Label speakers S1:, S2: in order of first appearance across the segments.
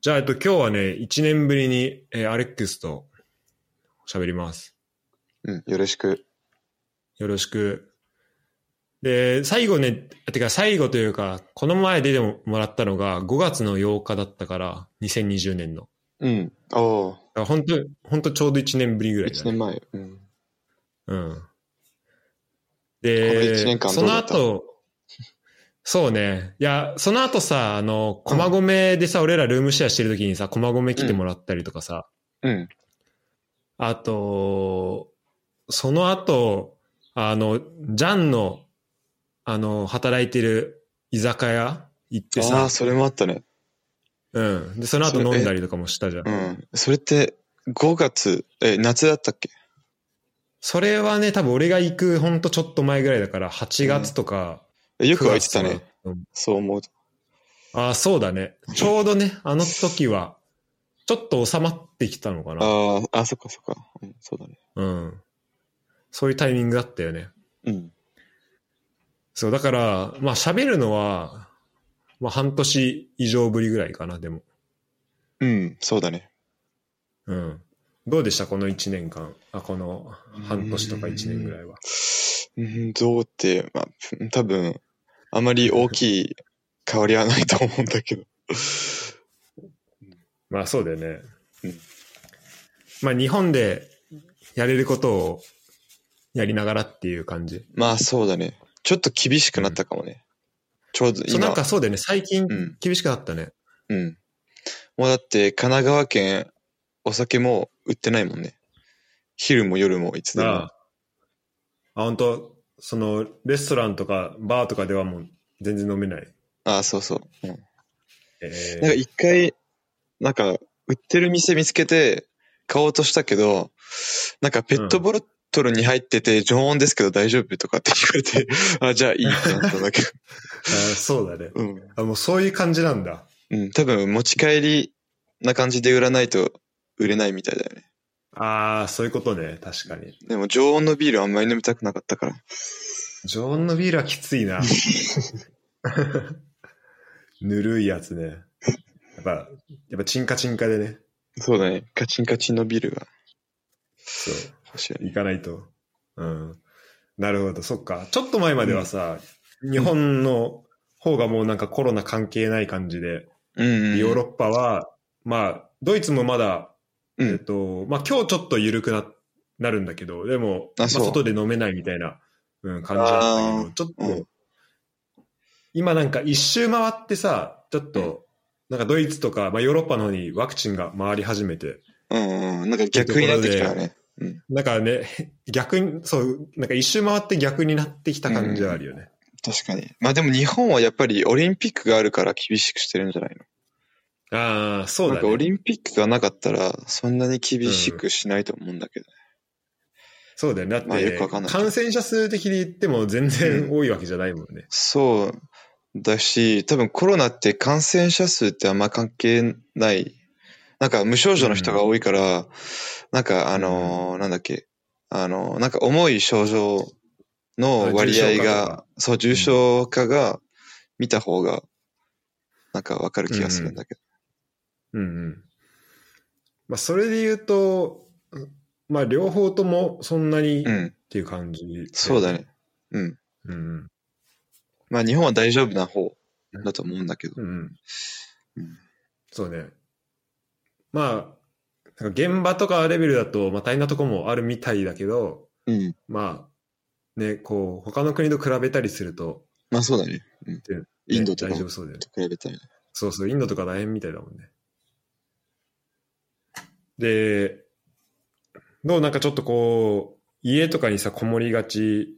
S1: じゃあ、えっと、今日はね、1年ぶりに、えーアレックスと喋ります。
S2: うん、よろしく。
S1: よろしく。で、最後ね、てか最後というか、この前出てもらったのが5月の8日だったから、2020年の。
S2: うん。お
S1: だから本当本当ちょうど1年ぶりぐ
S2: お、
S1: らいだ、
S2: 1
S1: ね。
S2: 年前。うん。
S1: うん。
S2: この
S1: で
S2: 一年、間
S1: その
S2: ど
S1: 後、そうね。いや、その後さ、あの、駒込でさ、俺らルームシェアしてる時にさ、駒込来てもらったりとかさ、
S2: うん。
S1: あと、その後、あの、ジャンの、あの、働いてる居酒屋行って
S2: ああ
S1: さ
S2: ー、、それもあったね。
S1: うん。で、その後飲んだりとかもしたじゃん。
S2: うん。それって、5月、え、夏だったっけ
S1: それはね、多分俺が行くほんとちょっと前ぐらいだから、8月とか、
S2: えよく
S1: 空
S2: 空
S1: い
S2: いてたね。。そう思うと。
S1: ああ、そうだね。ちょうどね、あの時は、ちょっと収まってきたのかな。
S2: ああ、あ、そっかそっか。うん、そうだね。
S1: うん。そういうタイミングだったよね。
S2: うん。
S1: そう、だから、まあ喋るのは、まあ半年以上ぶりぐらいかな、でも。
S2: うん、そうだね。
S1: うん。どうでしたこの1年間。あ、この半年とか1年ぐらいは。
S2: うん、どうって、まあ、多分、あまり大きい変わりはないと思うんだけど。
S1: まあそうだよね。
S2: うん
S1: まあ日本でやれることをやりながらっていう感じ。
S2: まあ、そうだね。ちょっと厳しくなったかもね。ちょうど
S1: そう
S2: 今。
S1: なんかそうだよね。最近
S2: うん
S1: 厳しくなったね。
S2: うん。もうだって、神奈川県、お酒も売ってないもんね。昼も夜もいつでも。
S1: ああ、本当そのレストランとかバーとかではもう全然飲めない。
S2: ああ、そうそう。うん、
S1: え
S2: なんか一回、なんか、売ってる店見つけて、買おうとしたけど、なんかペットボトルに入ってて、常温ですけど大丈夫とかって言われて、 あ、じゃあいいってなったんだ けど。
S1: あそうだね。
S2: うん。
S1: あ、もうそういう感じなんだ。
S2: うん。多分、持ち帰りな感じで売らないと売れないみたいだよね。
S1: ああ、そういうことね。確かに。
S2: でも、常温のビールあんまり飲みたくなかったから。
S1: 常温のビールはきついな。ぬるいやつね。やっぱ、やっぱチンカチンカでね。
S2: そうだね。カチンカチンのビールが
S1: そう。
S2: 欲しいよね。
S1: 行かないと。うん。なるほど。そっか。ちょっと前まではさ、日本の方がもうなんかコロナ関係ない感じで、
S2: うん、うん。
S1: ヨーロッパは、まあ、ドイツもまだ、
S2: うん
S1: えっと、まあ今日ちょっと緩くな、なるんだけど、でも、まあ、
S2: そう
S1: 外で飲めないみたいな、うん、感じだったけど、ちょっと、
S2: うん
S1: 今なんか一周回ってさ、ちょっと、なんかドイツとか、まあヨーロッパの方にワクチンが回り始めて、
S2: うんうん、なんか逆になってきたよね。
S1: だからね、 逆に、そう、なんか一周回って逆になってきた感じはあるよね。
S2: 確かに。まあでも日本はやっぱりオリンピックがあるから厳しくしてるんじゃないの、
S1: ああ、そう
S2: なん
S1: だ
S2: かオ
S1: ね。
S2: リンピックがなかったらそんなに厳しくしないと思うんだけど。
S1: そうだよね。だって、
S2: まあよくわかんない
S1: 感染者数的に言っても全然多いわけじゃないもんね。
S2: そうだし、多分コロナって感染者数ってあんま関係ない。なんか無症状の人が多いから、なんかあのーなんだっけ、あのーなんか重い症状の割合が、そう、重症化が見た方が、なんかわかる気がするんだけど。
S1: うんうん。まあ、それで言うと、まあ、両方ともそんなにっ
S2: うん、
S1: ていう感じ、
S2: そうだ。ね。うん。
S1: うんうん。
S2: まあ日本は大丈夫な方だと思うんだけど。
S1: うんうん
S2: うん
S1: そうね。まあ、なんか現場とかレベルだと、まあ、大変なとこもあるみたいだけど、
S2: うん。
S1: まあ、ね、こう、他の国と比べたりすると、
S2: まあそうだね。うん
S1: で、
S2: インド
S1: ね
S2: とか
S1: 大丈
S2: と
S1: 夫そうだよね。
S2: 比べたらね。
S1: そうそう、インドとか大変みたいだもんね。で、どうなんかちょっとこう、家とかにさ、こもりがち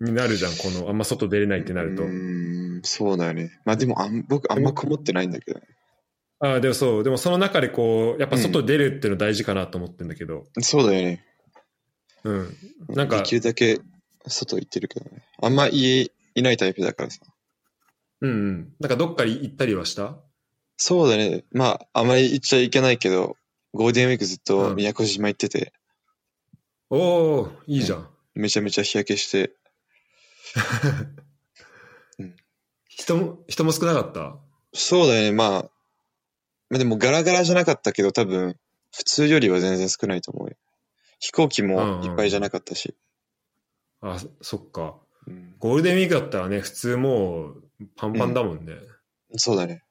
S1: になるじゃん、この、あんま外出れないってなると
S2: う。ーん、そうだよね。まあでもあん、僕あんまこもってないんだけどね。
S1: ああ、でもそう、でもその中でこう、やっぱ外出るっていうの大事かなと思ってんだけど、
S2: そうだよね。
S1: うん。なんか
S2: できるだけ外行ってるけどね。あんま家いないタイプだからさ。
S1: うんうん。なんかどっか行ったりはした
S2: そうだね。まあ、あまり行っちゃいけないけど、ゴールデンウィークずっ
S1: う
S2: と
S1: ん
S2: 宮古島行ってて、
S1: おおいいじゃん。
S2: めちゃめちゃ日焼けして、うん
S1: 人も、人も少なかった
S2: そうだよね。まあ、まあ、でもガラガラじゃなかったけど、多分、普通よりは全然少ないと思うよ。飛行機もいっぱいじゃなかったし。
S1: あ、そっか。
S2: うん
S1: ゴールデンウィークだったらね、普通もうパンパンだもんね。
S2: そうだね。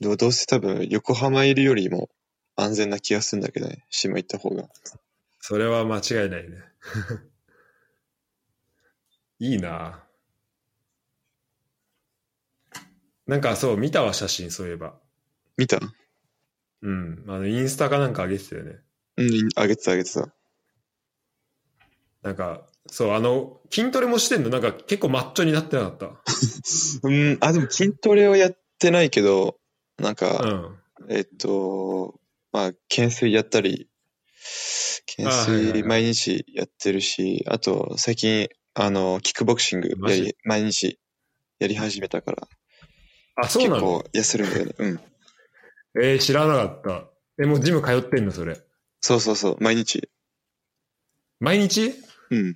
S2: でもどうせ多分、横浜いるよりも安全な気がするんだけどね。島行った方が。
S1: それは間違いないね。 いいななんかそう、見たわ、写真、そういえば。
S2: 見た
S1: うん。あの、インスタかなんか上げてたよね。
S2: うん、あげてたあげてた。
S1: なんか、そう、あの、筋トレもしてんの、なんか結構マッチョになってなかっ
S2: うん、あ、でも筋トレはやってないけど、なん
S1: た。
S2: か、
S1: うん。
S2: えっと、まあ、懸垂やったり、懸
S1: あはいはいはい
S2: 垂毎日やってるし、あと、最近、あの、キックボクシング
S1: マ
S2: や
S1: ジ
S2: り、毎日やり始めたから、
S1: あ、そう
S2: 結
S1: なの
S2: 構痩せるんだよね。うん。
S1: えー、知らなかった。え、もうジム通ってんの、それ。
S2: そうそうそう、毎日。
S1: 毎日
S2: うん。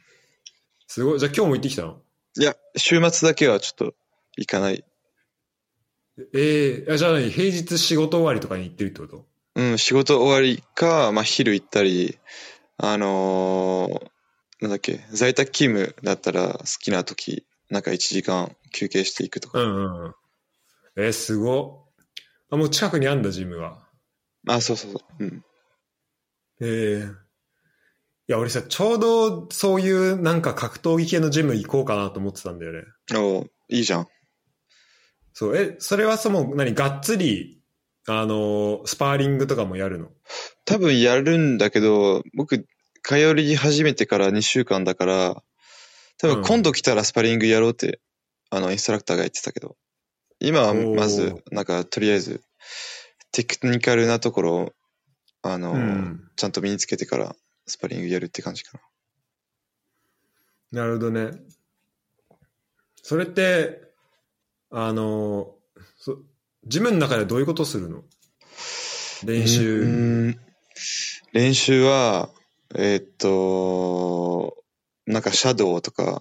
S1: すごい。じゃあ今日も行ってきたの
S2: いや、週末だけはちょっと行かない。
S1: ええー、あじゃあ何平日仕事終わりとかに行ってるってこと
S2: うん、仕事終わりか、まあ、昼行ったり、あのーなんだっけ、在宅勤務だったら好きな時、なんか1時間休憩していくとか。
S1: うんうんうん。えー、すごっ。あ、もう近くにあんだ、ジムは。
S2: あ、そうそうそう。うん。
S1: ええー。いや、俺さ、ちょうどそういうなんか格闘技系のジム行こうかなと思ってたんだよね。
S2: おういいじゃん。
S1: そう、え、それはその、何、がっつり、あのースパーリングとかもやるの
S2: 多分やるんだけど、僕、通り始めてから2週間だから、多
S1: うん
S2: 分今度来たらスパリングやろうって、あの、インストラクターが言ってたけど、今はま
S1: お
S2: ず
S1: ー、
S2: なんか、とりあえず、テクニカルなところを、あの、
S1: うん
S2: ちゃんと身につけてから、スパリングやるって感じかな。
S1: なるほどね。それって、あのーそジムの中でどういうことするの練習。
S2: うーん練習は、えーっと、なんか、シャドウとか、
S1: は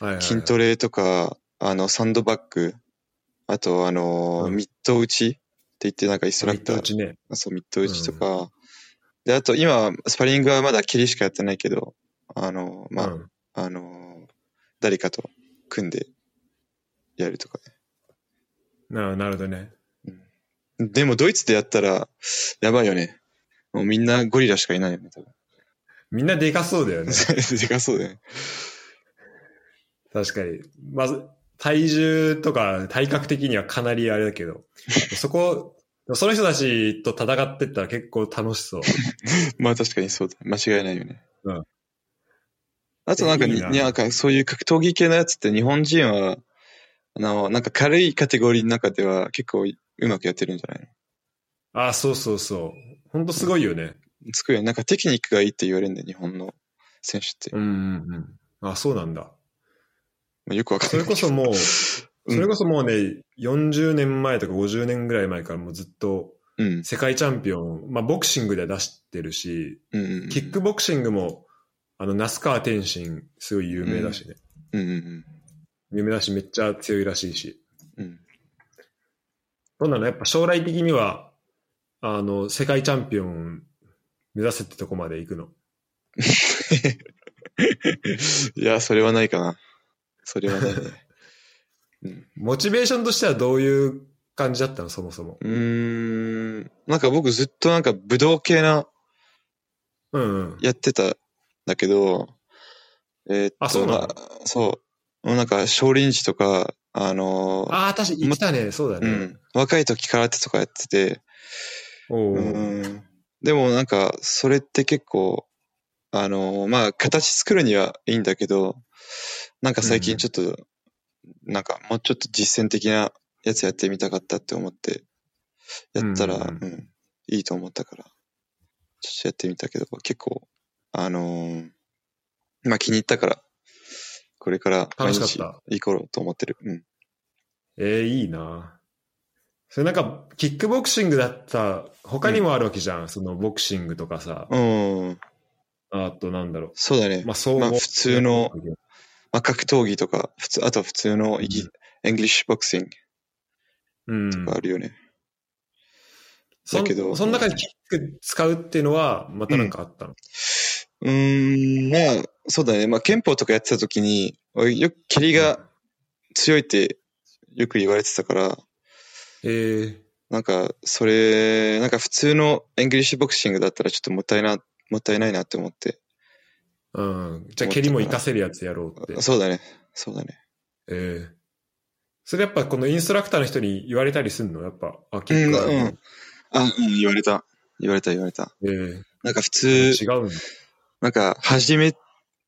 S1: いはいはい
S2: 筋トレとか、あの、サンドバッグ、あと、あの、
S1: うん
S2: ミット打ちって言って、なんかインストラクタ
S1: ミッド打
S2: ー、
S1: ちね。
S2: そう、ミット打ちとか、で、あと、今、スパリングはまだ蹴りしかやってないけど、あの、まあ、
S1: うん
S2: あの、誰かと組んでやるとか
S1: ななるほどね。
S2: ね。でも、ドイツでやったら、やばいよね。もうみんなゴリラしかいないよね、多分。
S1: みんなでかそうだよね。
S2: でかそうだよね。
S1: 確かに。まず、体重とか体格的にはかなりあれだけど、そこ、その人たちと戦ってったら結構楽しそう。
S2: まあ確かにそうだ。間違いないよね。
S1: うん。
S2: あとなんか
S1: えい
S2: に、
S1: いな
S2: なんかそういう格闘技系のやつって日本人は、あの、なんか軽いカテゴリーの中では結構うまくやってるんじゃない
S1: ああ、そうそうそう。ほんとすごいよね。
S2: のつくよ。なんかテクニックがいいって言われるんだよ、日本の選手って。
S1: うんうんうん。あそうなんだ。
S2: まあ、よくわかん
S1: そ
S2: な
S1: れ
S2: い。
S1: こそもう、
S2: うん
S1: それこそもうね、40年前とか50年ぐらい前からもうずっと
S2: うん。
S1: 世界チャンピオン、まあボクシングでは出してるし、
S2: うんうんうん。
S1: キックボクシングも、あの、那須川天心、すごい有名だしね。
S2: うんうん
S1: 有名だし、めっちゃ強いらしいし。
S2: うん。うん。
S1: どんなのやっぱ将来的には、あの、世界チャンピオン目指せってとこまで行くの。
S2: いや、それはないかな。それ はないね。
S1: モチベーションとしてはどういう感じだったの、そもそも。
S2: うーん。なんか僕ずっとなんか武道系な
S1: うんうん。
S2: やってたんだけど、えーっと、
S1: あそうなの
S2: まあそう。もうなんか、少林寺とか、あのー
S1: ああ、確かに行ってたね。そうだ
S2: う
S1: ね。
S2: ん。若い時空手とかやってて、
S1: お
S2: う
S1: ー
S2: ん。でもなんか、それって結構、あのーまあ、形作るにはいいんだけど、なんか最近ちょっと、なんか、もうちょっと実践的なやつやってみたかったって思って、やったら、
S1: うん
S2: うん、いいと思ったから、ちょっとやってみたけど、結構、あのーまあ気に入ったから、これから毎
S1: 楽し
S2: 日
S1: かっ
S2: 行こうと思ってる。うん。
S1: ええいいな。それなんか、キックボクシングだった、他にもあるわけじゃん。そのボクシングとかさ。
S2: うん。
S1: あと、なんだろ
S2: そうだね
S1: う。。まあ、総合。
S2: まあ普通の。まあ、格闘技とか、普通、あと普通のイギ、
S1: うん
S2: エングリッシュボクシング
S1: うん。
S2: とかあるよね。
S1: そ
S2: だけど
S1: んその中でキック使うっていうのは、またなんかあったの。
S2: うーん、まあ、そうだね。まあ、憲法とかやってた時に、俺よく蹴りが強いってよく言われてたから、
S1: ええ
S2: なんか、それ、なんか普通のエングリッシュボクシングだったらちょっともったいな、もったいないなって思って。
S1: うん。じゃあ、蹴りも活かせるやつやろうって。
S2: そうだね。そうだね。
S1: ええそれやっぱこのインストラクターの人に言われたりすんのやっぱ、あ、
S2: う
S1: 結
S2: ん、
S1: 構あ
S2: う
S1: る
S2: ん。あ、うん、言われた。言われた、言われた。
S1: の、え
S2: なんか普
S1: え
S2: 通、
S1: 違うんだ。
S2: なんか、始め、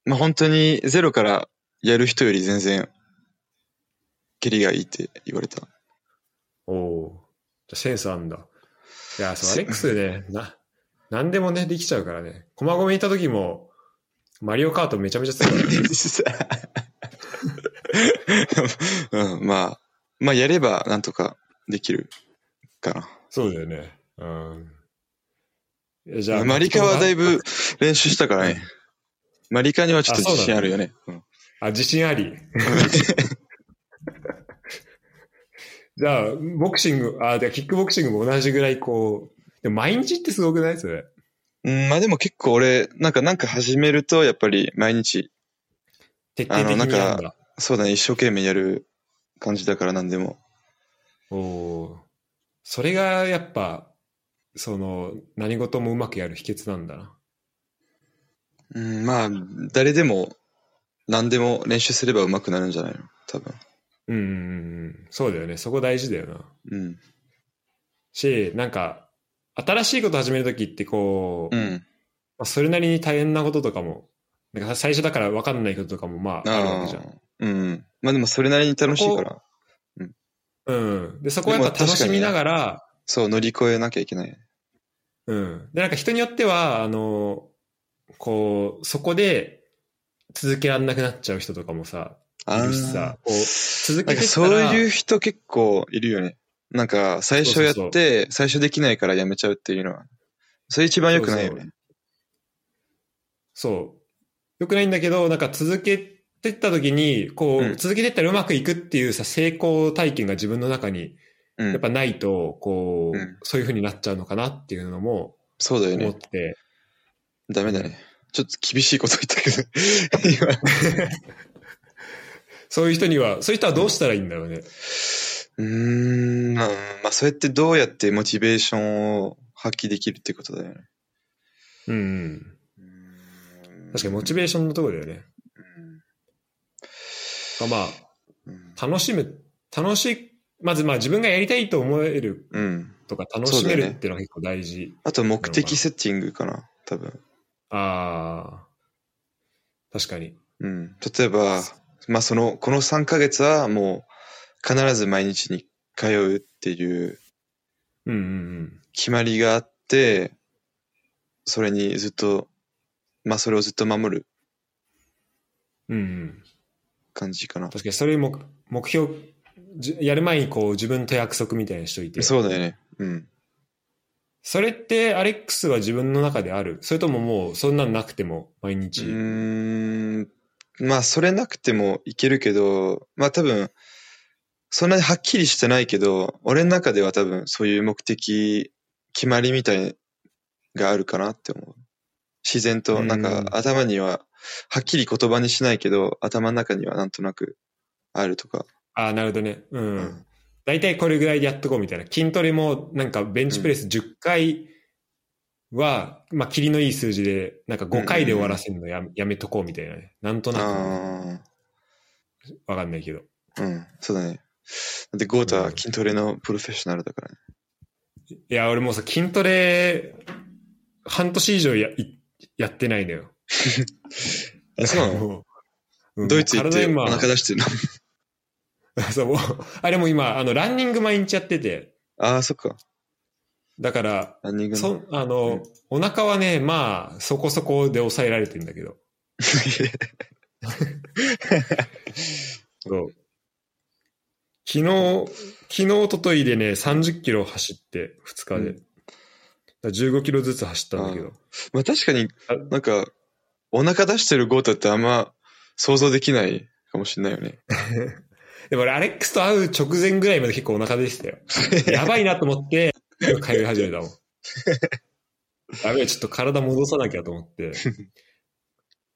S2: まあ、本当にゼロからやる人より全然、蹴りがいいって言われた。
S1: おおー。じゃあセンスあんだ。いや、そう、アレックスね、な、なんでもね、できちゃうからね。駒込にいた時も、マリオカートめちゃめちゃ強い からね。
S2: うん、まあ、まあ、やればなんとかできるかな。
S1: そうだよね。うん。えじ
S2: マリカはだいぶ、練習したから
S1: うん
S2: ね。マリカにはちょっと
S1: あそうだね
S2: 自信あるよね。うん
S1: あ、自信あ り。じゃあ、ボクシング、あ、じゃあキックボクシングも同じぐらいこう、でも毎日ってすごくないそれ。
S2: うん、まあでも結構俺、なんか、なんか始めると、やっぱり毎日、
S1: 徹底的にやるん
S2: あの
S1: だ。
S2: そうだね、一生懸命やる感じだから何でも。
S1: おおーそれがやっぱ、その、何事もうまくやる秘訣なんだな。
S2: うん、まあ、誰でも、何でも練習すれば上手くなるんじゃないの多分。
S1: うんうんうんうん。そうだよね。そこ大事だよな。
S2: うん。
S1: し、なんか、新しいこと始めるときってこう、
S2: う
S1: ま
S2: ん。
S1: あ、それなりに大変なこととかも、なんか最初だから分かんないこととかもまああるわけじゃん。
S2: あーうん。まあでもそれなりに楽しいから、
S1: うん。で、そこはやっぱ
S2: でも
S1: 楽
S2: 確か
S1: し
S2: にね
S1: みながら、
S2: そう、乗り越えなきゃいけない。
S1: うん。で、なんか人によっては、あの、こう、そこで続けられなくなっちゃう人とかもさ、
S2: あー
S1: いるしさこう続
S2: な
S1: け
S2: ん
S1: て
S2: か
S1: ったら
S2: そういう人結構いるよね。なんか、最初やって、
S1: そう
S2: 最初できないからやめちゃうっていうのは。それ一番良くないよね。
S1: そう。よくないんだけど、なんか続けてった時に、こう、
S2: うん
S1: 続けてったらうまくいくっていうさ、成功体験が自分の中に、
S2: うん
S1: やっぱないと、こう、
S2: うん
S1: そういう風になっちゃうのかなっていうのも
S2: そうだよ
S1: 思
S2: ね
S1: っ。て、
S2: ダメだね。ちょっと厳しいこと言ったけど。 今
S1: そういう人には、そういう人はどうしたらいいんだろうね。
S2: うーん、まあ、まあ、そうやってどうやってモチベーションを発揮できるってことだよね。
S1: うん、うん。確かにモチベーションのところだよね。まあまあ、
S2: うん
S1: 楽しむ、楽しい、まずまあ自分がやりたいと思える
S2: うん。
S1: とか楽しめ
S2: そうだ
S1: る
S2: ね
S1: っていうのが結構大事。
S2: あと目的セッティングかな、多分。
S1: ああ、確かに。
S2: うん。例えば、まあその、この3ヶ月はもう必ず毎日に通うっていう
S1: うんうん
S2: 決まりがあって、それにずっと、まあそれをずっと守る
S1: うん。うんうん、
S2: 感じかな。
S1: 確かにそれも目標、じやる前にこう自分と約束みたいにしといて。
S2: そうだよね。うん。
S1: それってアレックスは自分の中であるそれとももうそんなんなくても毎
S2: う
S1: 日。
S2: ーん。まあそれなくてもいけるけど、まあ多分、そんなにはっきりしてないけど、俺の中では多分そういう目的、決まりみたいがあるかなって思う。自然と、なん
S1: う
S2: か
S1: ん
S2: 頭には、はっきり言葉にしないけど、頭の中にはなんとなくあるとか。
S1: ああ、なるほどね。う。
S2: うん
S1: 大体これぐらいでやっとこうみたいな。筋トレもなんかベンチプレス10回は、まあ、霧のいい数字で、なんか5回で終わらせるのや,、やめとこうみたいなね。なんとな
S2: あ
S1: くわかんないけど。
S2: あ、うん、そうだね。だってゴータは筋トレのプロフェッショナルだからね。
S1: いや、俺もうさ、筋トレ、半年以上や、いやってないのよ。
S2: あそうなの
S1: もううん
S2: ドイツ行っ
S1: 体
S2: てお
S1: 今
S2: 腹出してるの。
S1: そう、もうあれも今、あの、ランニング毎日やってて、
S2: ああ、そっか。
S1: だから、
S2: ランニングの。
S1: そ、あの、お腹はね、まあ、そこそこで抑えられてんだけど。そう。昨日、昨日、おとといでね、30キロ走って、2日で。
S2: うん
S1: だから15キロずつ走ったんだけど。
S2: まあ確かに
S1: あ
S2: なんか、お腹出してるゴータってあんま想像できないかもしれないよね。
S1: でも俺、アレックスと会う直前ぐらいまで結構お腹で したよ。やばいなと思って、通い始めたもん。やべえ、ちょっと体戻さなきゃと思って。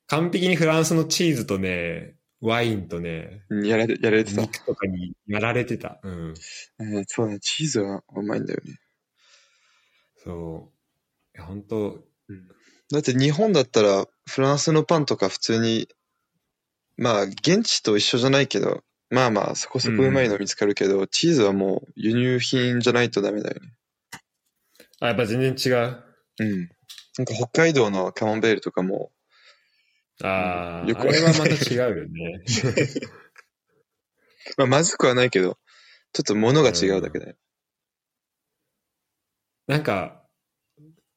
S1: 完璧にフランスのチーズとね、ワインとね、
S2: やられやられてた。
S1: 肉とかにやられてた。うん。
S2: えーそうね、チーズはうまいんだよね。
S1: そう。いや本当
S2: だって日本だったらフランスのパンとか普通に、まあ現地と一緒じゃないけど、まあまあそこそこうまいの見つかるけど、チーズはもう輸入品じゃないとダメだよね。
S1: あ、やっぱ全然違う。
S2: うん。なんか北海道のカモンベールとかも、
S1: ああ、
S2: よく
S1: あれはまた違うよね。
S2: まあまずくはないけど、ちょっと物が違うだけだよ。
S1: なんか、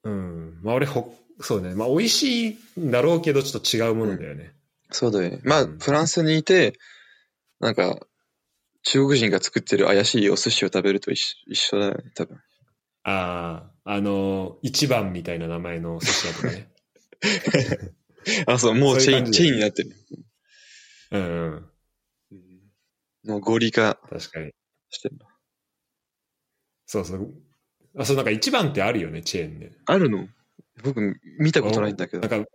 S1: うん。まあ俺、ほ、そうね。まあ美味しいんだろうけど、ちょっと違うものだよね。
S2: そうだよね。まあ
S1: うん
S2: フランスにいて、なんか中国人が作ってる怪しいお寿司を食べると一緒一緒だよね、多分。
S1: ああ、あの、一番みたいな名前の寿司屋とか ね。
S2: あ、そう、もうチェ
S1: そういう
S2: ー
S1: 感
S2: ン、
S1: じだ
S2: チェー
S1: よ
S2: ンになってる。
S1: うん、うん。
S2: もう合理化
S1: 確かに。
S2: してるの。
S1: そうそう。あ、そう、なんか一番ってあるよね、チェーンね。
S2: あるの僕見たことないんだけど。
S1: なんか、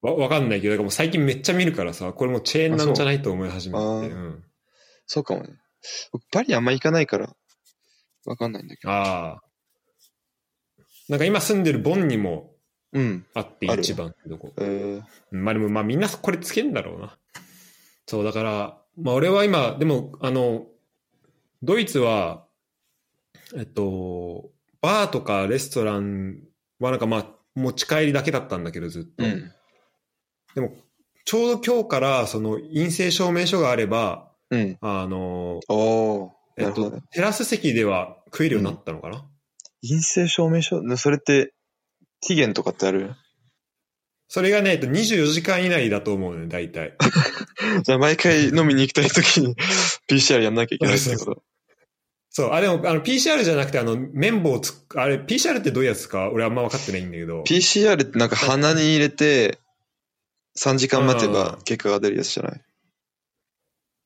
S1: わ、わかんないけど、なんかもう最近めっちゃ見るからさ、これもうチェーンなんじゃないと思い始めて。
S2: あそうあー
S1: うん。
S2: そうかもね。僕、パリあんま行かないから、わかんないんだけど。
S1: ああ。なんか今住んでるボンにも
S2: うん。
S1: あって、
S2: ある
S1: 一番ってとこ。
S2: えー、
S1: まあでも、まあみんなこれつけんだろうな。そう、だから、まあ俺は今、でも、あの、ドイツは、えっと、バーとかレストランはなんかまあ持ち帰りだけだったんだけどずっと。
S2: うん。
S1: でも、ちょうど今日からその陰性証明書があれば、
S2: うん。
S1: あの、
S2: おー。
S1: え
S2: な
S1: っ
S2: るほ
S1: と
S2: どね。、
S1: テラス席では食えるようになったのかな、
S2: 陰性証明書それって、期限とかってあ る
S1: それがね、えっと、24時間以内だと思うね、大体。
S2: じゃあ毎回飲みに行きたいときに PCR やんなきゃいけないって
S1: そ
S2: こと。
S1: そう、あ、でも、あの、PCR じゃなくて、あの、綿棒をつく、あれ、PCR ってどういうやつか、俺あんま分かってないんだけど。
S2: PCR ってなんか鼻に入れて、3時間待て
S1: う
S2: ば
S1: ん
S2: 結果が出るやつじゃない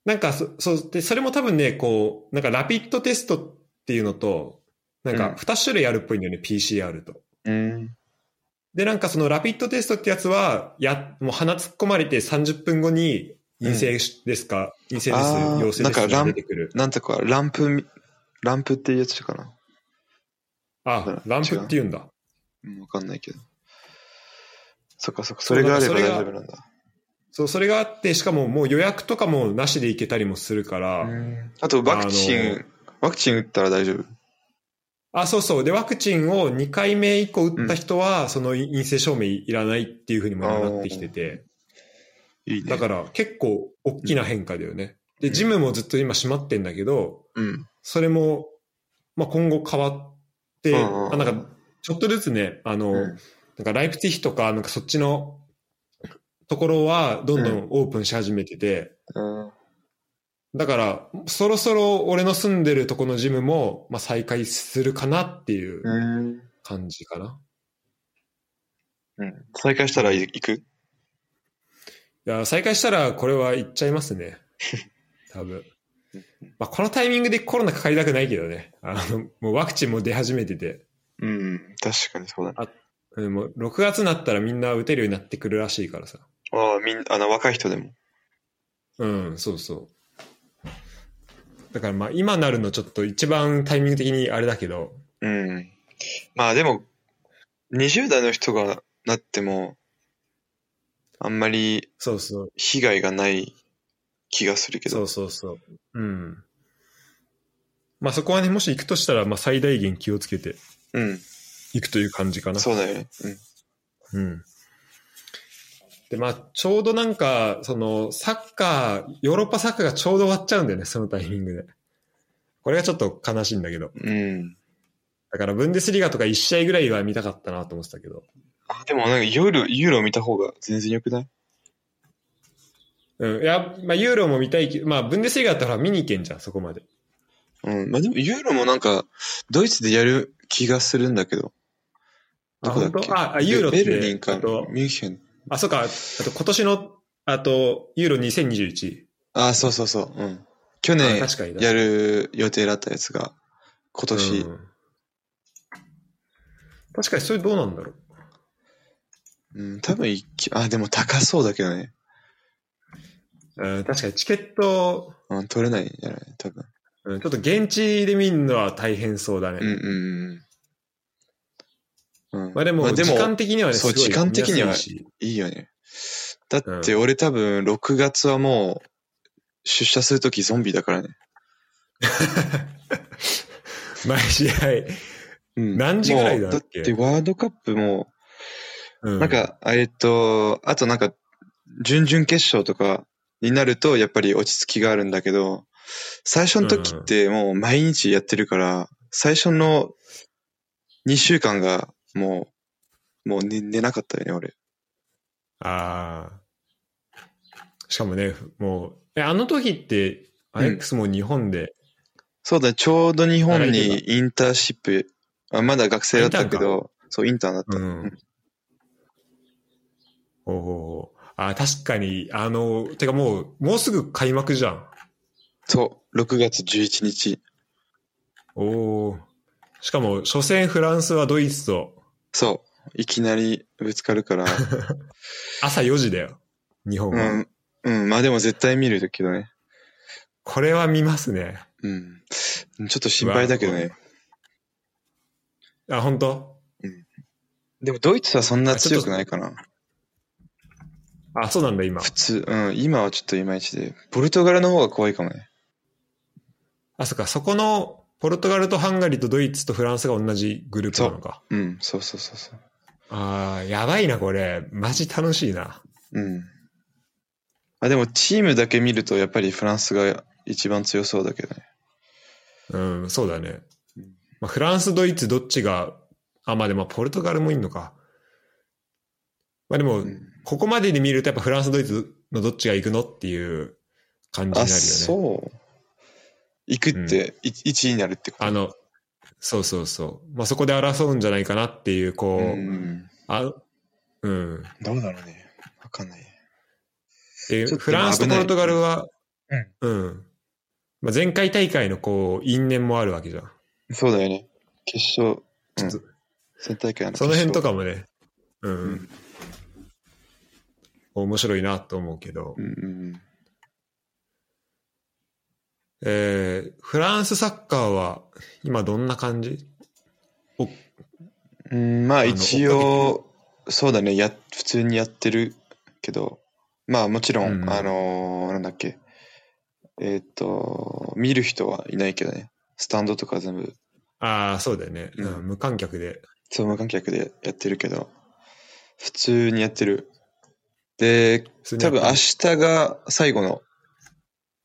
S1: なんか、そ、そう、で、それも多分ね、こう、なんか、ラピッドテストっていうのと、なん
S2: う
S1: か
S2: ん、
S1: 2種類あるっぽいんだよね、PCR と。
S2: うん。
S1: で、なんかそのラピッドテストってやつは、や、もう鼻突っ込まれて30分後に陰性しですか、陰性です
S2: あ、ー
S1: 陽性
S2: な
S1: で
S2: ん
S1: す
S2: かラ
S1: が
S2: ン
S1: 出てくる。
S2: なんとか、ランプみ、ランプっていうやつかな。
S1: あ、ランプって言うんだ。
S2: うん、わかんないけど。そっかそっか、それがあれ
S1: そ
S2: ば
S1: うだ
S2: 大
S1: からそれ
S2: 丈夫なんだ。
S1: そう、それがあって、しかももう予約とかもなしで行けたりもするから、
S2: うんあと、ワクチ
S1: あの
S2: ン、ワクチン打ったら大丈夫。
S1: あ、そうそう。で、ワクチンを2回目以降打った人は、その陰性証明いらないっていうふうにも今なってきてて、
S2: いいね
S1: だから結構大きな変化だよね。で、ジムもずっと今閉まってんだけど、
S2: うん。
S1: それも、まあ、今後変わって、
S2: うんうんうん
S1: あなんか、ちょっとずつね、あの、
S2: うん
S1: なんかライプツィヒとか、なんかそっちのところはどんどんオープンし始めてて、
S2: うん
S1: だから、そろそろ俺の住んでるとこのジムも、まあ、再開するかなっていう
S2: うん。
S1: 感じかな。
S2: うん。再開したら行く
S1: いや、再開したらこれは行っちゃいます ね。多分。まあ、このタイミングでコロナかかりたくないけどね。あの、もうワクチンも出始めてて。
S2: うん。確かにそうだね。
S1: うん、もう6月になったらみんな打てるようになってくるらしいからさ。
S2: ああ、みんあの、若い人でも。
S1: うん、そうそう。だからまあ今なるのちょっと一番タイミング的にあれだけど、
S2: うん。まあでも、20代の人がなっても、あんまり
S1: そうそう、
S2: 被害がない気がするけ
S1: そ
S2: ど。
S1: うそうそう。うん。まあそこはね、もし行くとしたら、まあ最大限気をつけて
S2: うん。
S1: 行くという感じかな。
S2: そうだよね。うん。
S1: うん。で、まあちょうどなんか、そのサッカー、ヨーロッパサッカーがちょうど終わっちゃうんだよね、そのタイミングで。これがちょっと悲しいんだけど。
S2: うん。
S1: だからブンデスリーガとか1試合ぐらいは見たかったなと思ってたけど。
S2: あ、でもなんか夜、ユーロ見た方が全然良くない
S1: うん。いや、まあ、ユーロも見たいけど、まあ、ブンデスリーガだったら見に行けんじゃん、そこまで。
S2: うん。まあでもユーロもなんか、ドイツでやる気がするんだけど。どこだっ
S1: あ本
S2: け
S1: 当ああユーロって
S2: ベルリンか、
S1: あ
S2: ミ
S1: と
S2: ュンヘン。
S1: あ、そうか。あと、今年の、あと、ユーロ2021。
S2: あ、そうそうそう。うん。去
S1: あ
S2: 年
S1: 確かに
S2: やる予定だったやつが、今年、
S1: うん確かにそれどうなんだろう。
S2: うん、多分一気、あ、でも高そうだけどね。
S1: うん、確かにチケット、
S2: うん、取れないんじゃない多分。
S1: うん、ちょっと現地で見るのは大変そうだね。
S2: うんうんうん。うん
S1: まあでも、
S2: で
S1: 時
S2: も
S1: 間、的にはね、
S2: そう
S1: すごい
S2: 時間的には
S1: 見やすいし
S2: いいよね。だって俺多分6月はもう、出社するときゾンビだからね。
S1: 毎試合。
S2: うん
S1: 何時ぐらいだっけ
S2: もうだってワールドカップも、
S1: う
S2: なん、か、えっと、あとなんか、準々決勝とかになると、やっぱり落ち着きがあるんだけど、最初の時ってもう毎日やってるから、最初の2週間がもう、もう寝寝なかったよね、俺。
S1: ああ。しかもね、もう、え、あの時って、アレックスも日本で、
S2: そうだね、ちょうど日本
S1: あら
S2: にインターンシップ、あまだ学生だったけ
S1: あイン
S2: ど、そう、インターンだった。
S1: うんほうほうほう。あー確かに、あの、てかもう、もうすぐ開幕じゃん。
S2: そう、6月11日。
S1: おお。しかも、初戦フランスはドイツと、
S2: そう、いきなりぶつかる から、
S1: 朝4時だよ。日本
S2: う
S1: は。
S2: ん、うん、まあでも絶対見るけどね。
S1: これは見ますね。
S2: うん。ちょっと心配だけどね。
S1: あ、本当
S2: でもドイツはそんな強くないかな。
S1: あ、そうなんだ、今
S2: 普。通、うん、今はちょっといまいちで。ポルトガルの方が怖いかもね。
S1: あ、そっか、そこの、ポルトガルとハンガリーとドイツとフランスが同じグループなのか。
S2: うん、そうそうそうそう。
S1: ああ、やばいな、これ。マジ楽しいな。
S2: うん。あ、でもチームだけ見るとやっぱりフランスが一番強そうだけどね。
S1: うん、そうだね
S2: うん。
S1: まあ、フランス、ドイツ、どっちが、あ、まあでも、ポルトガルもいいのか。まあでも
S2: う、ん、
S1: ここまでで見ると、やっぱフランス、ドイツのどっちが行くのっていう感じにな
S2: あ、
S1: るよね。
S2: そう。行くって、い1位になるってこと
S1: あの、そうそうそう。まあそこで争うんじゃないかなっていう、こ
S2: う
S1: う、
S2: ん。
S1: あうん。
S2: どうだろうね。わかんない。
S1: で、
S2: ちょっと
S1: フランスと
S2: 危な
S1: ポ
S2: い
S1: ルトガルは、うん。まあ、前回大会のこう、因縁もあるわけじゃん。
S2: そうだよね。決勝、
S1: ちょっと
S2: 選大会の決
S1: そ
S2: 勝
S1: の辺と。かもね、うん。
S2: うん
S1: 面白いなと思うけど、
S2: うんうん
S1: えー、フランスサッカーは今どんな感じ
S2: うん。うん、まあ
S1: の
S2: 一応、そうだね。や、普通にやってるけど、まあもちろん、
S1: うん
S2: あのーなんだっけ。えーっ、と、見る人はいないけどね。スタンドとか全部、
S1: ああ、そうだよね、
S2: うん
S1: うん無観客で。
S2: そう無観客でやってるけど、普通にやってる。で、
S1: 普通にやっ
S2: 多
S1: て
S2: 分
S1: る
S2: 明日が最後の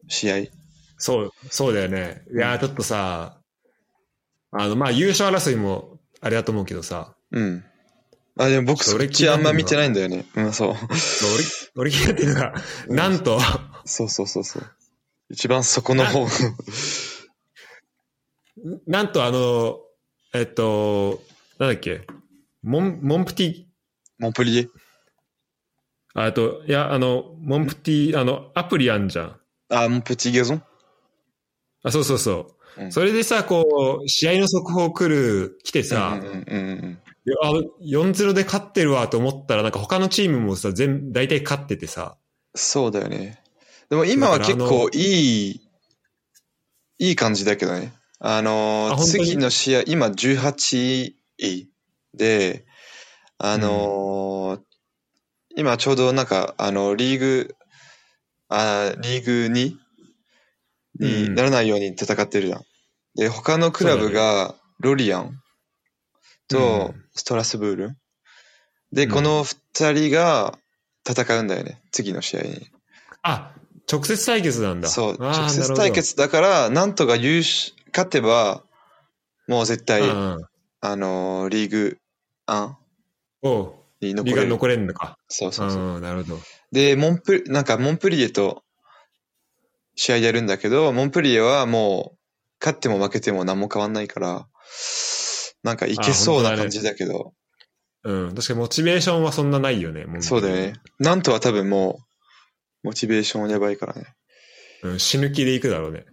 S2: 試合。
S1: そう、そうだよね。いやー、ちょっとさ、あの、まあ、優勝争いもあれだと思うけどさ、
S2: うん。あ、でも僕
S1: そ
S2: そ
S1: れ
S2: っちあんま見てないんだよね。うん、そう。
S1: そう俺、俺気になってるのが、なんと、
S2: そうそうそうそう。一番そこの方。
S1: なんとあの、えっと、なんだっけ、モン、モンプティ、
S2: モンプリエ。
S1: ああと、いや、あの、モンプティ、あの、アプリあんじゃん。
S2: あ、モンプチゲゾン。
S1: あ、そうそうそうう。
S2: ん
S1: それでさ、こう、試合の速報来る、来てさ、
S2: うんうんうんうん。
S1: であ4-0で勝ってるわと思ったら、なんか他のチームもさ、全、大体勝っててさ、
S2: そうだよね。でも今は結構いい、いい感じだけどね。あの
S1: あ
S2: ー、
S1: 本当に
S2: 次の試合、今18位で、あのー、今ちょうどなんか、あの、リーグ、あーリーグ2
S1: う
S2: に
S1: ん
S2: ならないように戦ってるじゃん。で、他のクラブが、ロリアンと
S1: う
S2: ストラスブール。で、
S1: うん
S2: この二人が戦うんだよね。次の試合に。
S1: あ、直接対決なんだ。
S2: そう、
S1: あー
S2: 直接対決だから、なんとか優勝、勝てば、もう絶
S1: な
S2: 対、
S1: るほどうんうん
S2: あのーリーグ1
S1: おう
S2: に
S1: リ
S2: 残
S1: ーガ
S2: れ
S1: ン
S2: る。
S1: 残れんのか。
S2: そうそうそう。
S1: ん、なるほど。
S2: で、モンプ、なんか、モンプリエと試合やるんだけど、モンプリエはもう、勝っても負けても何も変わんないから、なんかいけそうな感じだけど、
S1: うん、確かにモチベーションはそんなないよね、も
S2: そうだよね。。なんとは多分もう、モチベーションやばいからね。
S1: うん、死ぬ気で行くだろうね。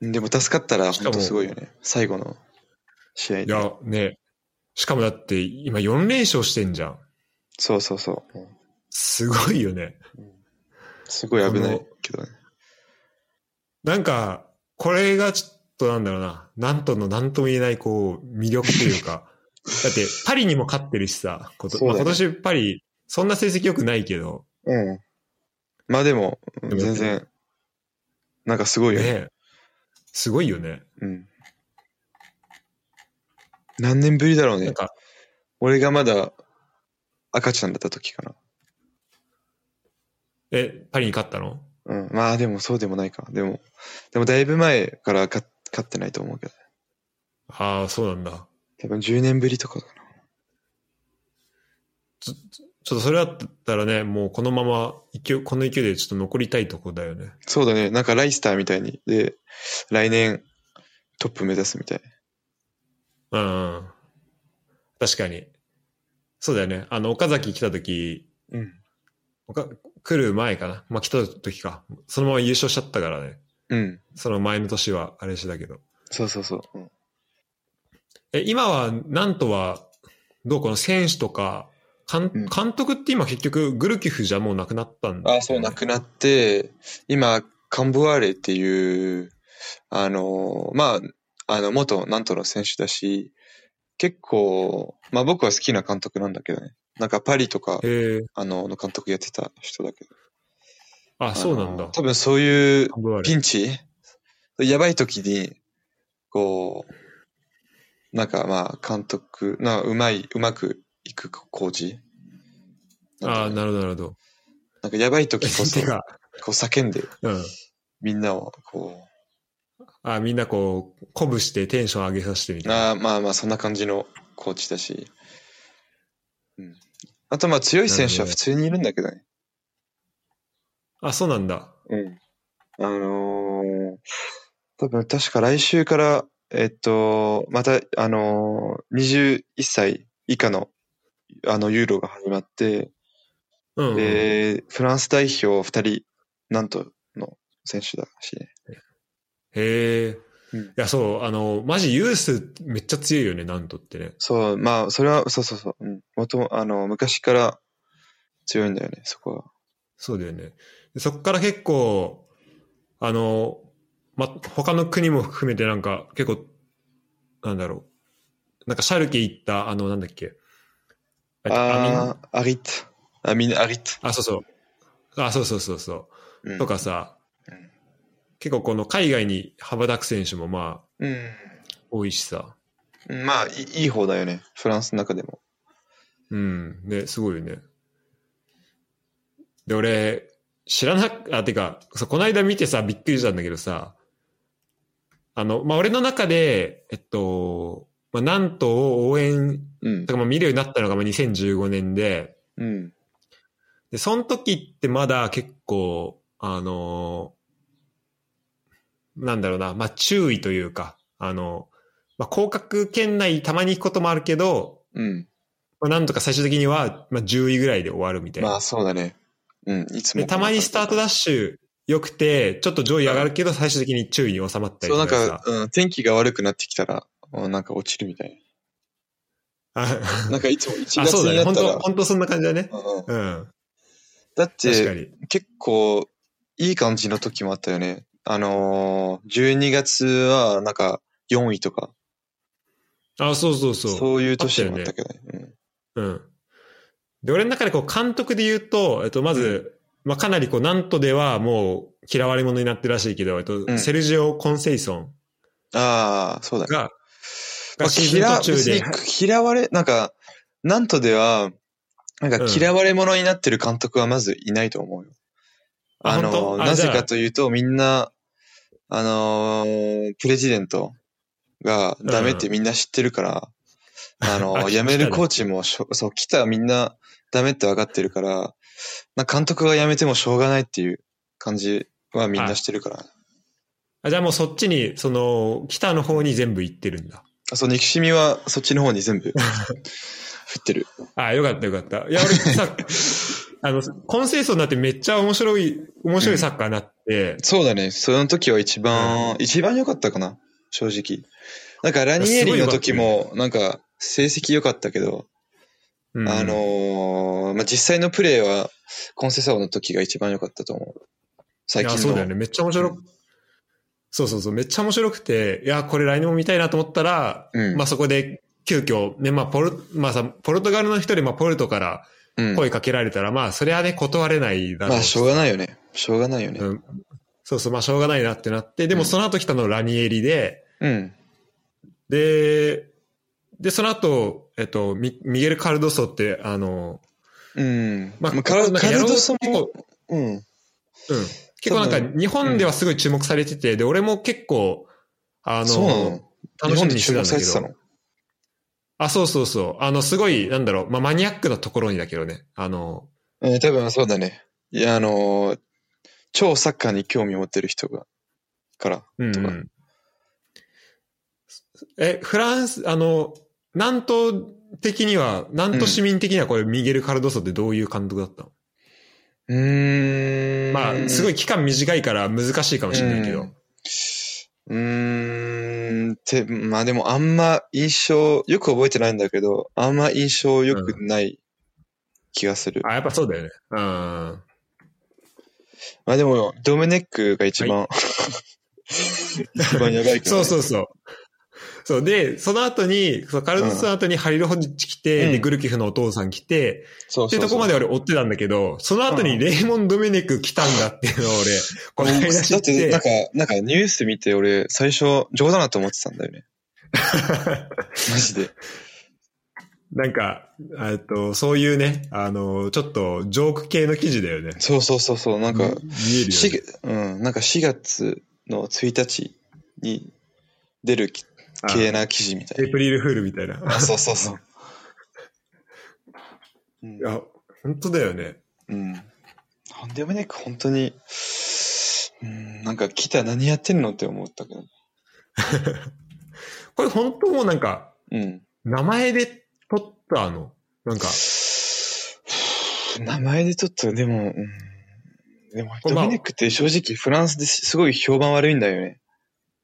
S2: うん。でも助かったら、
S1: し
S2: 本
S1: かも
S2: 当すごいよね。最後の試合
S1: い
S2: で。
S1: や、ね。しかもだって、今4連勝してんじゃん。
S2: そうそうそう。
S1: すごいよね。
S2: すごい危な
S1: こ
S2: いけどね。
S1: なんか、これがちょっとなんだろうな。なんとの、なんとも言えない、こう、魅力というか。 だって、パリにも勝ってるしさ。こと
S2: そう
S1: まあ
S2: だね
S1: 今年パリ、そんな成績良くないけど。
S2: うん。まあでも、
S1: も
S2: 全然、なんかすごいよね。
S1: ね。すごいよね。
S2: うん。何年ぶりだろう
S1: なん
S2: ね。
S1: か、
S2: 俺がまだ赤ちゃんだった時か
S1: え、パリに勝ったの
S2: な。うん。まあでもそうでもないか。でも、でもだいぶ前から勝勝ってないと思うけど。
S1: ああ、そうなんだ。
S2: 多分10年ぶりとかかな。
S1: ちょっとそれだったらね、もうこのまま勢い、この勢いでちょっと残りたいとこだよね。
S2: そうだね。なんかライスターみたいに。で、来年トップ目指すみたい。
S1: うんうん。確かに。そうだよね。あの、岡崎来た時、
S2: うん。
S1: 岡来る前かな。まあ、来た時か。そのまま優勝しちゃったからね。
S2: うん。
S1: その前の年はあれしてたけど。
S2: そうそうそう。うん
S1: え、今は、なんとは、どうこの選手とか、監
S2: うん
S1: 監督って今結局、グルキフじゃもうなくなったんだよね、
S2: あ、そう、亡くなって、今、カンボワーレっていう、あの、まあ、あの、元なんとの選手だし、結構、まあ僕は好きな監督なんだけどね。なんかパリとか、
S1: へえ。
S2: あの、の監督やってた人だけど。
S1: あ、そうなん
S2: あの
S1: だ。
S2: 多分そういう
S1: カンブワーレ
S2: ピンチやばい時に、こう、なんかまあ監督、な、うまい、うまくいくコーチ。
S1: ああ、
S2: なんか
S1: なるほど、なるほど。
S2: なんかやばい時こ そ、
S1: て
S2: こ
S1: か、
S2: う叫んで、
S1: うん。
S2: みんなを、こう、
S1: あみんなこう、鼓舞してテンション上げさせてみたいな。
S2: あーまあまあそんな感じのコーチだし、うん、あとまあ強い選手は普通にいるんだけどね、
S1: あ、そうなんだ。
S2: うん、あのー多分確か来週からえっとまたあのー、21歳以下のあのユーロが始まって、
S1: うん、うん。
S2: でフランス代表2人なんとの選手だしね
S1: へえ。
S2: うん
S1: いや、そう、あの、マジユースめっちゃ強いよね、なんとってね。
S2: そうまあそれはそうそうそう、うん、もともあの昔から強いんだよねそこは
S1: そうだよね。でそっから結構、あの、ま、他の国も含めてなんか、結構、なんだろう。なんかシャルケ行った、あの、なんだっけ。えっとアミン
S2: ああ、アリット。アミン、アリット。
S1: あ、そうそう。あ、そうそうそうそう。
S2: うん
S1: と。かさ、
S2: うん
S1: 結構この海外に羽ばたく選手もまあ、
S2: うん。
S1: 多いしさ。
S2: うんまあ、いいいい方だよね。フランスの中でも。
S1: うん。ね、すごいよね。で、俺、知らなく、あ、てか、そうこの間見てさ、びっくりしたんだけどさ、あの、まあ、俺の中で、えっと、まあ、なんとを応援、
S2: うん
S1: と。かまあ見るようになったのがまあ2015年で、
S2: うん。
S1: で、その時ってまだ結構、あのーなんだろうな、まあ、注意というか、あの、まあ、広角圏内たまに行くこともあるけど、
S2: うん。
S1: まあ、なんとか最終的には、まあ、10位ぐらいで終わるみたいな。
S2: まあ、そうだね。うん。いつも。
S1: で、たまにスタートダッシュ良くて、ちょっと上位上がるけど、最終的に注意に収まったり
S2: そう、な
S1: と
S2: ん
S1: かさ。
S2: か、うん、天気が悪くなってきたら、うんなんか落ちるみたい な。なんか、いつも1
S1: あ、あ
S2: 月
S1: そうだ
S2: に
S1: ね。
S2: な
S1: 本
S2: った
S1: 当
S2: ら。
S1: 本当そんな感じだね。
S2: うんうん
S1: うん。
S2: だっ
S1: 確か
S2: て、
S1: に。
S2: 結構、いい感じの時もあったよね。あのー、12月は、なんか、4位とか、
S1: あ、そうそうそう。
S2: そういう年もあったけどね。うん
S1: うん。で、俺の中でこう監督で言うと、えっと、まず、まあ、かなりこう、なんとではもう嫌われ者になってるらしいけど、えっと、
S2: ん
S1: セルジオ・コンセイソン
S2: ああ、そうだね。
S1: が、
S2: まあ
S1: がシーズン途中で
S2: 嫌、別に嫌われ、なんか、なんとでは、なんか
S1: うん
S2: 嫌われ者になってる監督はまずいないと思うよ。
S1: あ
S2: あ
S1: 本当
S2: の、
S1: あ
S2: なぜ
S1: じゃあ
S2: かというと、みんな、あのープレジデントがダメってみんな知ってるから、あの
S1: あ
S2: 辞め
S1: 来た
S2: る
S1: ね
S2: コーチもしょ、そう、来たみんなダメって分かってるから、なんか監督が辞めてもしょうがないっていう感じはみんなしてるから。
S1: あじゃあもうそっちに、その、北の方に全部行ってるんだ。
S2: あそう、憎しみは そっちの方に全部振ってる。
S1: あよかったよかった。いや、俺さ、あの、コンセンソになってめっちゃ面白い、面白いサッカーになって、
S2: そうだね。その時は一番、一番良かったかな。正直。なんか、ラニエリの時も、なんか、成績良かったけど、
S1: うん
S2: あのーまあ、実際のプレーは、コンセサオの時が一番良かったと思う。最近
S1: いや、
S2: の。
S1: そうだよね。めっちゃ面白く、
S2: う
S1: そうそうそう、めっちゃ面白くて、いや、これ来年も見たいなと思ったら、
S2: うん
S1: まあそこで急遽、ね、まあポル、まあさ、ポルトガルの一人、まあポルトから
S2: うん。
S1: 声かけられたら、まあそれはね、断れないだろう
S2: まあ、しょうがないよね。しょうがないよね。
S1: うんそうそう、まあしょうがないなってなって、で
S2: う
S1: も
S2: ん
S1: その後来たのラニエリで、
S2: うん。
S1: で、で、その後、えっと、ミミゲル・カルドソって、あの、
S2: うん。
S1: まあ
S2: まあ、カル
S1: なん
S2: カ
S1: かやろ
S2: ル
S1: う
S2: ドソン
S1: 結
S2: も
S1: 構、
S2: うん。
S1: うん。結構なんか
S2: 多分
S1: 日本ではすごい注目されてて、で、俺も結構、あの、
S2: そうなの日
S1: 楽し
S2: 本
S1: み
S2: で
S1: にしてた
S2: 注
S1: ん
S2: 目
S1: だ
S2: され
S1: け
S2: て
S1: ど
S2: た。の
S1: あ、そうそうそう。あの、すごい、なんだろう、まあ、マニアックなところにだけどね。あの、
S2: えー多分そうだね。いや、あのー超サッカーに興味を持ってる人が、から。
S1: うん、う
S2: とか
S1: ん。え、フランス、あの、南東的には、南東市民的にはこれ、ミゲル・カルドソってどういう監督だったの、
S2: うーん。
S1: まあ、すごい期間短いから難しいかもしれないけど。
S2: うんうーんって、まあでもあんま印象、よく覚えてないんだけど、あんま印象良くない気がする。
S1: あ、やっぱそうだよね。うん。
S2: まあでも、ドメネックが一番、 一番やばいけど、
S1: そう
S2: う。
S1: そうそう。そう。で、その後に、そうカルドソの後にハリル・ホジッチ来て、
S2: うん
S1: で、グルキフのお父さん来て、
S2: そう
S1: って
S2: そうそう
S1: とこまで俺追ってたんだけど、その後にレイモン・ドメネク来たんだって いうのを俺、この間知
S2: だ
S1: っ
S2: って、なん
S1: て
S2: か、、なんかニュース見て俺、最初冗談だと思ってたんだ よね。マジで。
S1: なんか、えっと、そういうね、あの、ちょっとジョーク系の記事だよね。
S2: そうそうそうそう、なんか、
S1: 見える
S2: し
S1: よ、ね。
S2: うん、なんか4月の1日に出るき系な記事みた
S1: エ
S2: い
S1: イプリルフールみたいな。
S2: な。あそうそうそう。うん
S1: いや、本当だよね。
S2: うん。なんでもね、本当に、うん、なんか来た何やってんのって思ったけど。
S1: これ本当もうなんか、
S2: うん。
S1: 名前で撮ったの。なんか、
S2: 名前でちょっと、でも、うん。でも、
S1: これ
S2: ド
S1: まあ
S2: ミニクって正直フランスですごい評判悪いんだよね。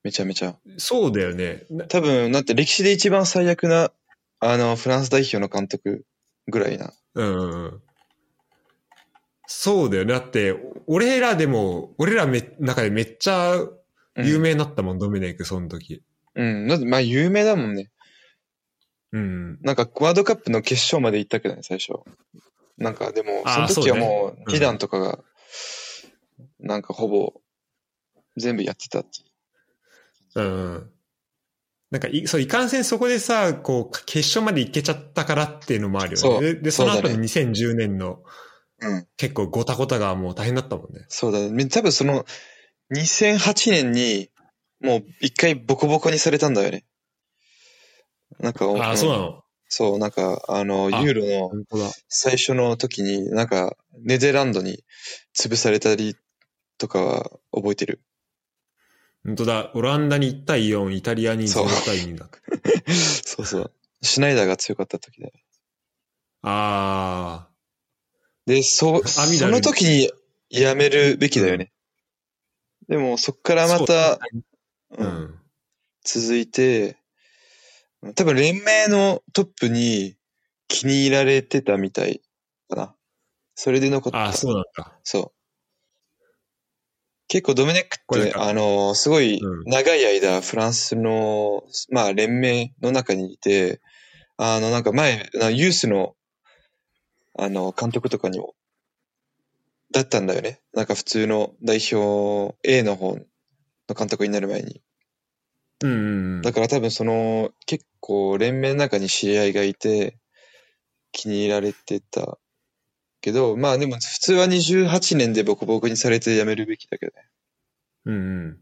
S2: めちゃめちゃ。
S1: そうだよね。な
S2: 多分、だって歴史で一番最悪な、あの、フランス代表の監督ぐらいな。
S1: うんうんうん。そうだよね。だって、俺らでも、俺らめ、中でめっちゃ
S2: うん
S1: 有。名になったもん、ドミネク、その時。
S2: うん。だって、まあ有名だもんね。
S1: うん。
S2: なんか、ワールドカップの決勝まで行ったけどね、最初。なんか、でも、
S1: あー
S2: その時
S1: そ
S2: は
S1: うね
S2: も
S1: ん
S2: う、二段とかが、なんかほぼ、全部やってたっていう。
S1: うん。なんかい、そう、いかんせんそこでさ、こう、決勝まで行けちゃったからっていうのもある
S2: そ
S1: よ
S2: う
S1: ね。で、でそ
S2: そ
S1: うの
S2: だね
S1: 後の2010年の
S2: うん。
S1: 結構ごたごたがもう大変だったもんね。
S2: そうだね。多分その、2008年に、もう一回ボコボコにされたんだよね。なんか、
S1: ああ、そうなの。
S2: そうなんか、あの、
S1: あ
S2: ユーロの
S1: 本当だ。
S2: 最初の時に、なんか、ネゼランドに潰されたりとかは覚え てる。
S1: 本当だ。オランダに1対4、イタリアに0
S2: そう
S1: 対2だった。
S2: そうそう。シュナイダーが強かった時だよ
S1: ああ。
S2: で、
S1: ダ
S2: そ、
S1: ルに
S2: その時にやめるべきだよね。でも、そっからまた、
S1: そう、う
S2: うん
S1: ん。
S2: 続いて、多分連盟のトップに気に入られてたみたいかな。それで残った。
S1: ああ、そうなんだ。
S2: そう。結構ドミネッ
S1: こ
S2: クっ
S1: れ
S2: て、
S1: か
S2: あの、すごい
S1: うん
S2: 長い間フランスの、まあ連盟の中にいて、あの、なんか前、なユースの、あの、監督とかにも、だったんだよね。なんか普通の代表 A の方の監督になる前に。
S1: うんうんうん。
S2: だから多分その、結構連盟の中に知り合いがいて、気に入られてた。けど、まあでも普通は28年でボコボコにされて辞めるべきだけどね。
S1: うんうん。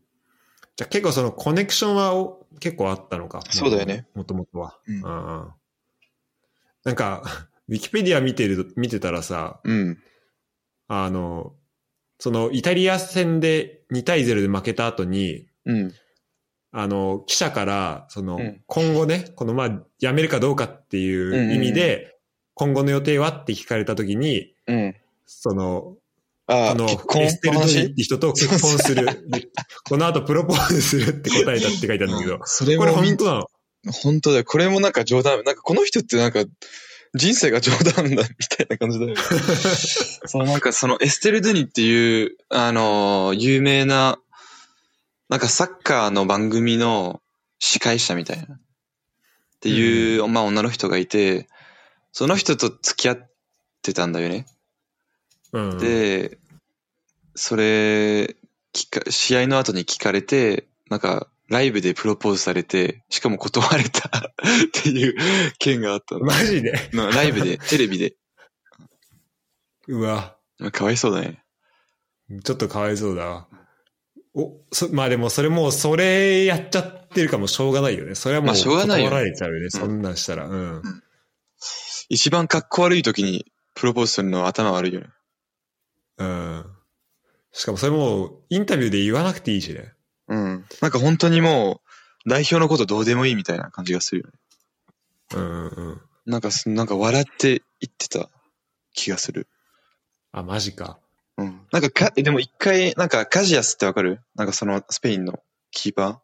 S1: じゃあ結構そのコネクションはお結構あったのか。
S2: そうだよね。
S1: もともとは。
S2: うん
S1: ああなんか、 ウィキペディア見てる、見てたらさ、
S2: うん。
S1: あの、そのイタリア戦で2対0で負けた後に、
S2: うん。
S1: あの、記者から、その、
S2: うん
S1: 今後ね、このまあ、辞めるかどうかっていう意味で、今後の予定はって聞かれた時に、
S2: うん。
S1: その、
S2: あ
S1: あ
S2: あ、
S1: の、
S2: 結婚
S1: エステル・
S2: の
S1: ドリ
S2: 話
S1: ーって人と結婚する。でこの後プロポーズするって答えたって書いてあるんだけど
S2: うん。それ
S1: これ
S2: もみ
S1: 本
S2: ん
S1: 当なの
S2: 本当だよ。これもなんか冗談。なんかこの人ってなんか人生が冗談だみたいな感じだよ。そうなんかそのエステル・ドゥニっていう、あのー有名な、なんかサッカーの番組の司会者みたいな。っていう、まあ女の人がいて、その人と付き合ってたんだよね。
S1: うん。
S2: で、それ、聞か試合の後に聞かれて、なんか、ライブでプロポーズされて、しかも断れた っていう件があったの。
S1: マジで
S2: まあライブ で、テレビで。
S1: うわ。
S2: まあかわいそうだね。
S1: ちょっとかわいそうだわ。お、そ、まあでもそれもう、それやっちゃってるかもしょうがないよね。それはも
S2: ま
S1: う、
S2: あしょうがないよ
S1: 断られちゃうよね。そんなんしたら。うん。
S2: 一番格好悪い時にプロポーズするのは頭悪いよね。
S1: うん。しかもそれもう、インタビューで言わなくていいしね。
S2: うん。なんか本当にもう、代表のことどうでもいいみたいな感じがするよね。
S1: うんうん。
S2: なんかす、なんか笑って言ってた気がする。
S1: あ、マジか。
S2: うん。なんかか、えでも一回、なんかカジアスってわかるなんかそのスペインのキーパー
S1: あ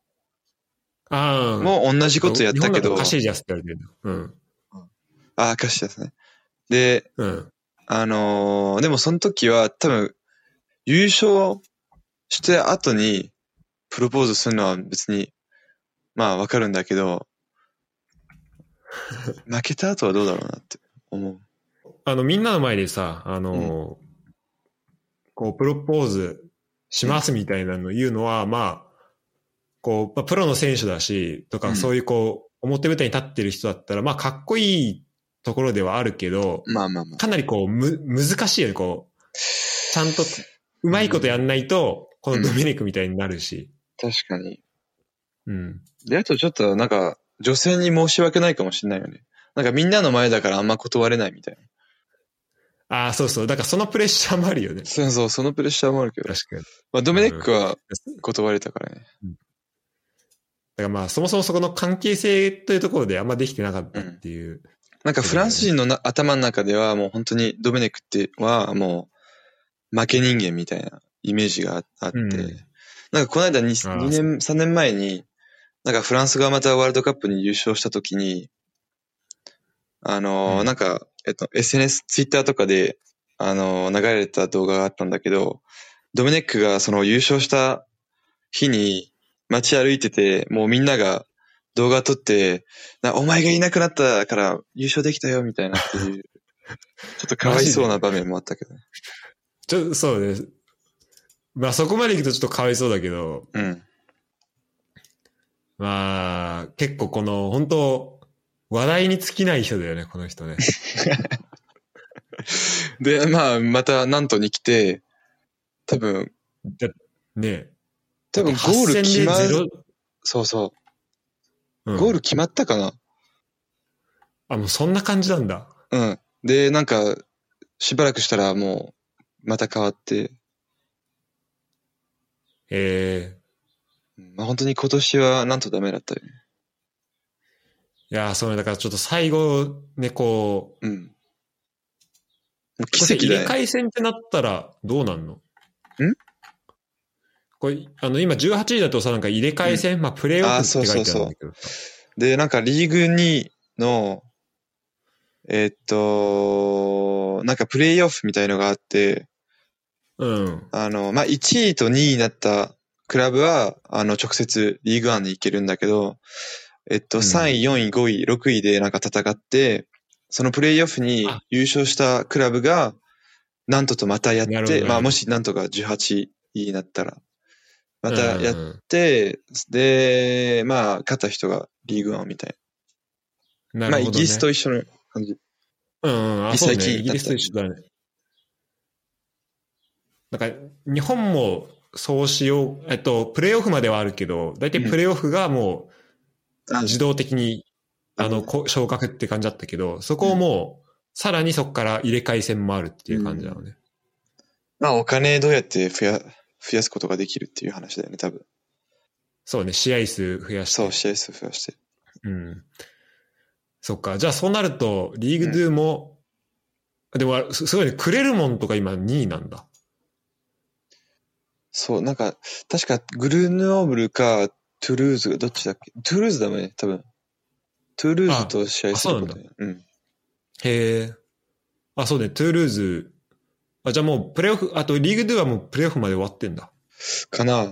S1: あ。う、
S2: もう同じことやったけ
S1: 日本だ
S2: ど
S1: と、カシージャスって言われてるんだ。
S2: ああ、歌詞ですね。で、
S1: うん。うん。
S2: あのーでもその時は多分、優勝して後にプロポーズするのは別に、まあわかるんだけ ど、負けた後はどうだろうなって思う。
S1: あの、みんなの前でさ、あのーこう、プロポーズしますみたいなの言うのは、まあ、こう、まあ、プロの選手だし、とか、
S2: うん
S1: そういうこう、表舞台に立ってる人だったら、まあ、かっこいいところではあるけど、
S2: まあまあまあ。
S1: かなりこう、む、難しいよね、こう、ちゃんと、うまいことやんないと、このドミニクみたいになるし、
S2: 確かに。
S1: うん。
S2: で、あとちょっとなんか、女性に申し訳ないかもしれないよね。なんかみんなの前だからあんま断れないみたいな。
S1: ああ、そうそう。だからそのプレッシャーもあるよね。
S2: そうそう、そのプレッシャーもあるけど。
S1: 確かに。
S2: まあドメネックは
S1: だ
S2: 断れたからね。
S1: からまあ、そもそもそこの関係性というところであんまできてなかったっていう。
S2: なんかフランス人のな頭の中ではもう本当にドメネクってはもう負け人間みたいなイメージがああって、
S1: うん
S2: なんかこの間 2,
S1: あー
S2: 2年、3年前に、なんかフランスがまたワールドカップに優勝した時に、あのー
S1: うん
S2: なんか、えっと、SNS、ツイッターとかで、あのー流れた動画があったんだけど、ドメネックがその優勝した日に街歩いてて、もうみんなが動画撮って、なお前がいなくなったから優勝できたよみたいなって いう、ちょっとかわいそうな場面もあったけどね。
S1: ちょそうね。まあ、そこまで行くとちょっとかわいそうだけど、
S2: うん。
S1: まあ、結構この、本当話題に尽きない人だよね、この人ね。
S2: で、まあ、またナントに来て、多分、
S1: だねえ
S2: 多分ゴール決ま
S1: 8戦で
S2: る、
S1: 0
S2: そうそ
S1: うん
S2: う、ゴール決まったかな。
S1: あ、もうそんな感じなんだ。
S2: うん。で、なんか、しばらくしたらもう、また変わって、
S1: え
S2: うんまあ本当に今年はなんとダメだったよね。
S1: えいやー、そうね。だからちょっと最後、ね、こ
S2: うん。もう
S1: う、
S2: 奇跡だ
S1: これ入れ
S2: ね。
S1: 替え戦ってなったらどうなんのんこれ、あの、今18位だとさ、なんか入れ替え戦、まあ、プレイオフって書いてあるんだけど
S2: あーそうで、なんかリーグ2の、えっと、なんかプレイオフみたいのがあって、
S1: うん。
S2: あの、まあ、1位と2位になったクラブは、あの、直接リーグワンに行けるんだけど、えっと、
S1: うん
S2: 3位、4位、5位、6位でなんか戦って、そのプレイオフに
S1: あ
S2: 優勝したクラブが、なんととまたやっ
S1: なるほどな
S2: て、
S1: るほど
S2: まあ、もしなんとか18位になったら、またやっ
S1: うんうん
S2: て、で、まあ、勝った人がリーグワンみたいな。
S1: な
S2: まあ、
S1: るほどね
S2: イギリスと一緒の感じ。
S1: うんうん、あ、そう
S2: 実
S1: ね。
S2: 際聞いた
S1: イギリスと一緒だね。なんか、日本もそうしよう、えっと、プレイオフまではあるけど、大体プレイオフがもう
S2: あ
S1: 自動的に、
S2: うん
S1: あの、こ昇格って感じだったけど、そこをもう、さらにそこから入れ替え戦もあるっていう感じだよね。
S2: まあ、お金どうやって増や、増やすことができるっていう話だよね、多分。
S1: そうね、試合数増やして。
S2: そう、試合数増やして。
S1: うん。そっか。じゃあそうなると、リーグドゥも、でもあれ、すすごいね、クレルモンとか今2位なんだ。
S2: そう、なんか、確かグルノーブルかトゥルーズがどっちだっけトゥルーズだもんね、多分。トゥルーズと試合することね。うん。
S1: へえ。あ、そうね、トゥールーズ。あ、じゃあもうプレーオフ、あとリーグではもうプレーオフまで終わってんだ。
S2: かな、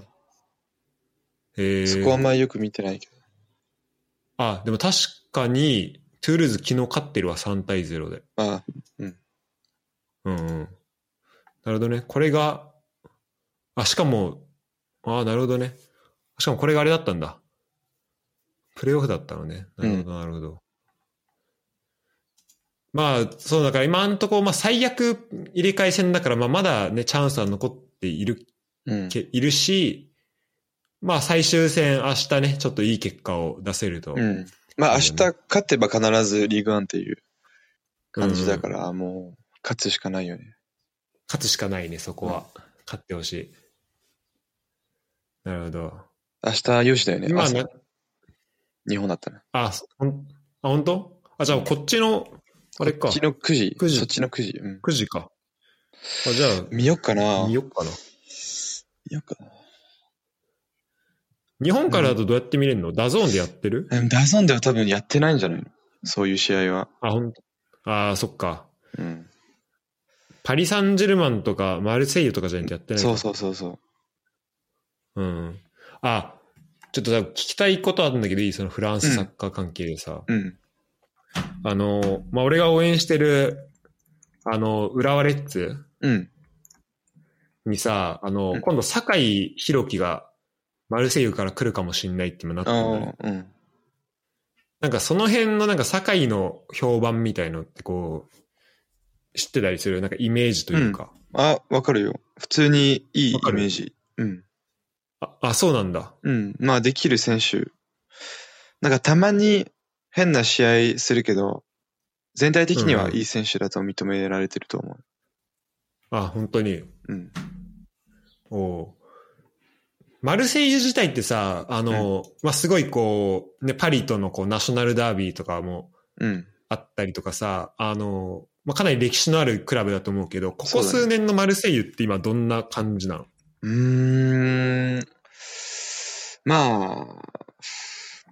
S1: へえ。
S2: そこはあんまりよく見てないけど。
S1: あ、でも確かに、トゥールーズ昨日勝ってるわ、3対0で。
S2: あ
S1: うんうん。なるほどね。これが、あ、しかも、ああ、なるほどね。しかもこれがあれだったんだ。プレイオフだったのね。なるほど、なるほど。まあ、そう、だから今のところ、まあ最悪入れ替え戦だから、まあまだね、チャンスは残っている
S2: うん。
S1: けいるし、まあ最終戦明日ね、ちょっといい結果を出せると。。
S2: うん。まあ明日勝てば必ずリーグワンっていう感じだからら、もう勝つしかないよね。
S1: 勝つしかないね、そこは。勝ってほしい。なるほど。
S2: 明日4時だよね。
S1: 今
S2: 朝
S1: な、
S2: 日本だったな。
S1: あ、そほん、あ、本当？あ、じゃあこっちの、あれか。
S2: こっちの9時。
S1: 9時
S2: そっちの9時。うん。
S1: 9時か。あ、じゃ
S2: 見よっかな。
S1: あ、見
S2: 見
S1: よっかな。
S2: よっか
S1: 日本からだとどうやって見れるの、ダゾーンでやってる
S2: な。うんダゾンでは多分やってないんじゃないのそういう試合は。
S1: あ、ほんと。あー、そっか。
S2: うん。
S1: パリ・サンジェルマンとか、マルセイユとかじゃないとやってない
S2: そうそうそうそ
S1: う。う
S2: う。
S1: ん。あ、ちょっとさ聞きたいことあるんだけどいいそのフランスサッカー関係でさ。
S2: うん。
S1: あの、まあ、俺が応援してる、あの、浦和レッズ
S2: うん。
S1: にさ、あの、
S2: うん
S1: 今度、酒井宏樹が、マルセイユから来るかもしんないって今なった
S2: あ
S1: んだね。
S2: あ、うん。
S1: なんかその辺のなんか酒井の評判みたいのってこう、知ってたりするなんかイメージというか。
S2: あ、わかるよ。普通にいいイ
S1: わかる
S2: メージ。うん。
S1: あ、あ、そうなんだ。
S2: うん。まあ、できる選手。なんか、たまに変な試合するけど、全体的に
S1: う
S2: は
S1: ん
S2: いい選手だと認められてると思
S1: あ、本当に。
S2: う。うん。
S1: おうマルセイユ自体ってさ、あの、まあ、すごいこう、ね、パリとのこう、ナショナルダービーとかも
S2: うん。
S1: あったりとかさ、あの、まあ、かなり歴史のあるクラブだと思うけど、こ
S2: そう
S1: こ
S2: だね
S1: 数年のマルセイユって今どんな感じなの
S2: うーん。まあ、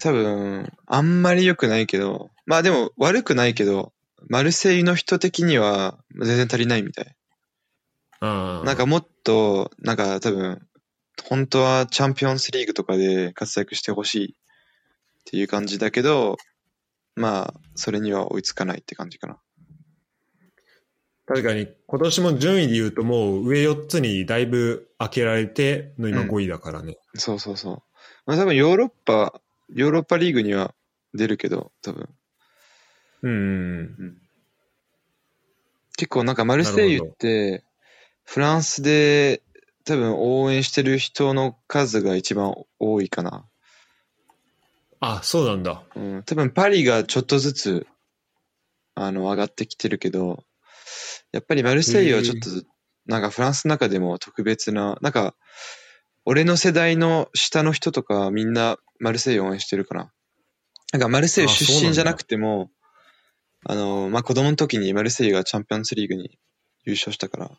S2: 多分、あんまり良くないけど、まあでも悪くないけど、マルセイユの人的には全然足りないみたい。
S1: あー
S2: なんかもっと、なんか多分、本当はチャンピオンズリーグとかで活躍してほしいっていう感じだけど、まあ、それには追いつかないって感じかな。
S1: 確かに今年も順位で言うともう上4つにだいぶ開けられての今
S2: うん
S1: 5位だからね。
S2: そうそうそう。まあ多分ヨーロッパ、ヨーロッパリーグには出るけど、多分。
S1: うん。うん
S2: 結構なんかマルセイユって、フランスで多分応援してる人の数が一番多いかな。
S1: あ、そうなんだ。
S2: うん、多分パリがちょっとずつ、あの、上がってきてるけど、やっぱりマルセイユはちょっと、なんかフランスの中でも特別な、なんか、俺の世代の下の人とかみんなマルセイユ応援してるかな。なんかマルセイユ
S1: あそう
S2: 出
S1: なんだ
S2: 身じゃなくても、あの、まあ、子供の時にマルセイユがチャンピオンズリーグに優勝したから、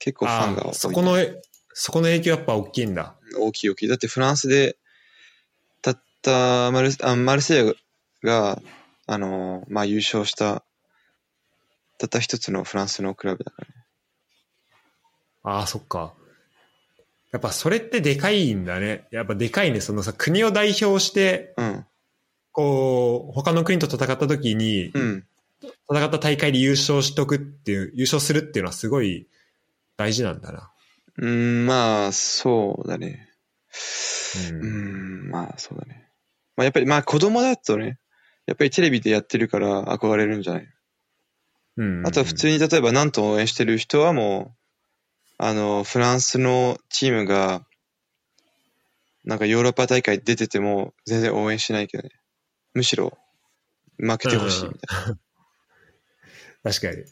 S2: 結構ファンが
S1: あ
S2: 多い。
S1: そこの、そこの影響やっぱ大きいんだ。
S2: 大きい大きい。だってフランスで、たったマルあマルセイユが、あのーまあ、優勝した、たった一つのフランスのクラブだからね。
S1: ああ、そっか。やっぱそれってでかいんだね。やっぱでかいね。そのさ、国を代表して、
S2: うん。
S1: こう、他の国と戦った時に、
S2: うん。
S1: 戦った大会で優勝しとくっていう、優勝するっていうのはすごい大事なんだな。
S2: うん、まあ、そうだね。
S1: うん
S2: うん、まあ、そうだね。まあ、やっぱり、まあ、子供だとね、やっぱりテレビでやってるから憧れるんじゃない
S1: うん
S2: あとは普通に例えばなんと応援してる人はもう、あの、フランスのチームが、なんかヨーロッパ大会出てても全然応援しないけどね。むしろ、負けてほしいみたい
S1: 確かに。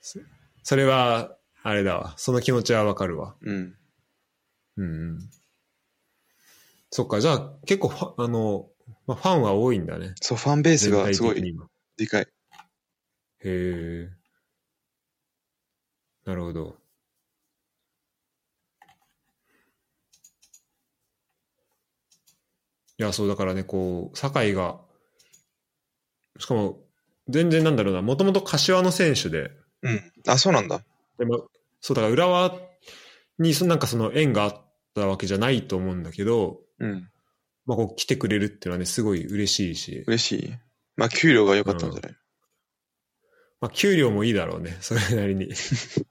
S1: そそれは、あれだわ。その気持ちはわかるわ。
S2: な。うん。
S1: うんうん。そっか、じゃあ結構ファ、あの、まあ、ファンは多いんだね。
S2: そう、ファンベースがすご
S1: 全体的に
S2: い
S1: 今
S2: でかい。
S1: へえ。なるほど。いや、そうだからね、こう、酒井が、しかも、全然なんだろうな、もともと柏の選手で、
S2: うん。あ、そうなんだ。
S1: でも、そうだから浦和にそ、なんかその縁があったわけじゃないと思うんだけど、
S2: うん。
S1: まあ、こう来てくれるっていうのはね、すごい嬉しいし、
S2: 嬉しい。まあ、給料が良かったんじゃない、
S1: まあ、給料もいいだろうね、それなりに。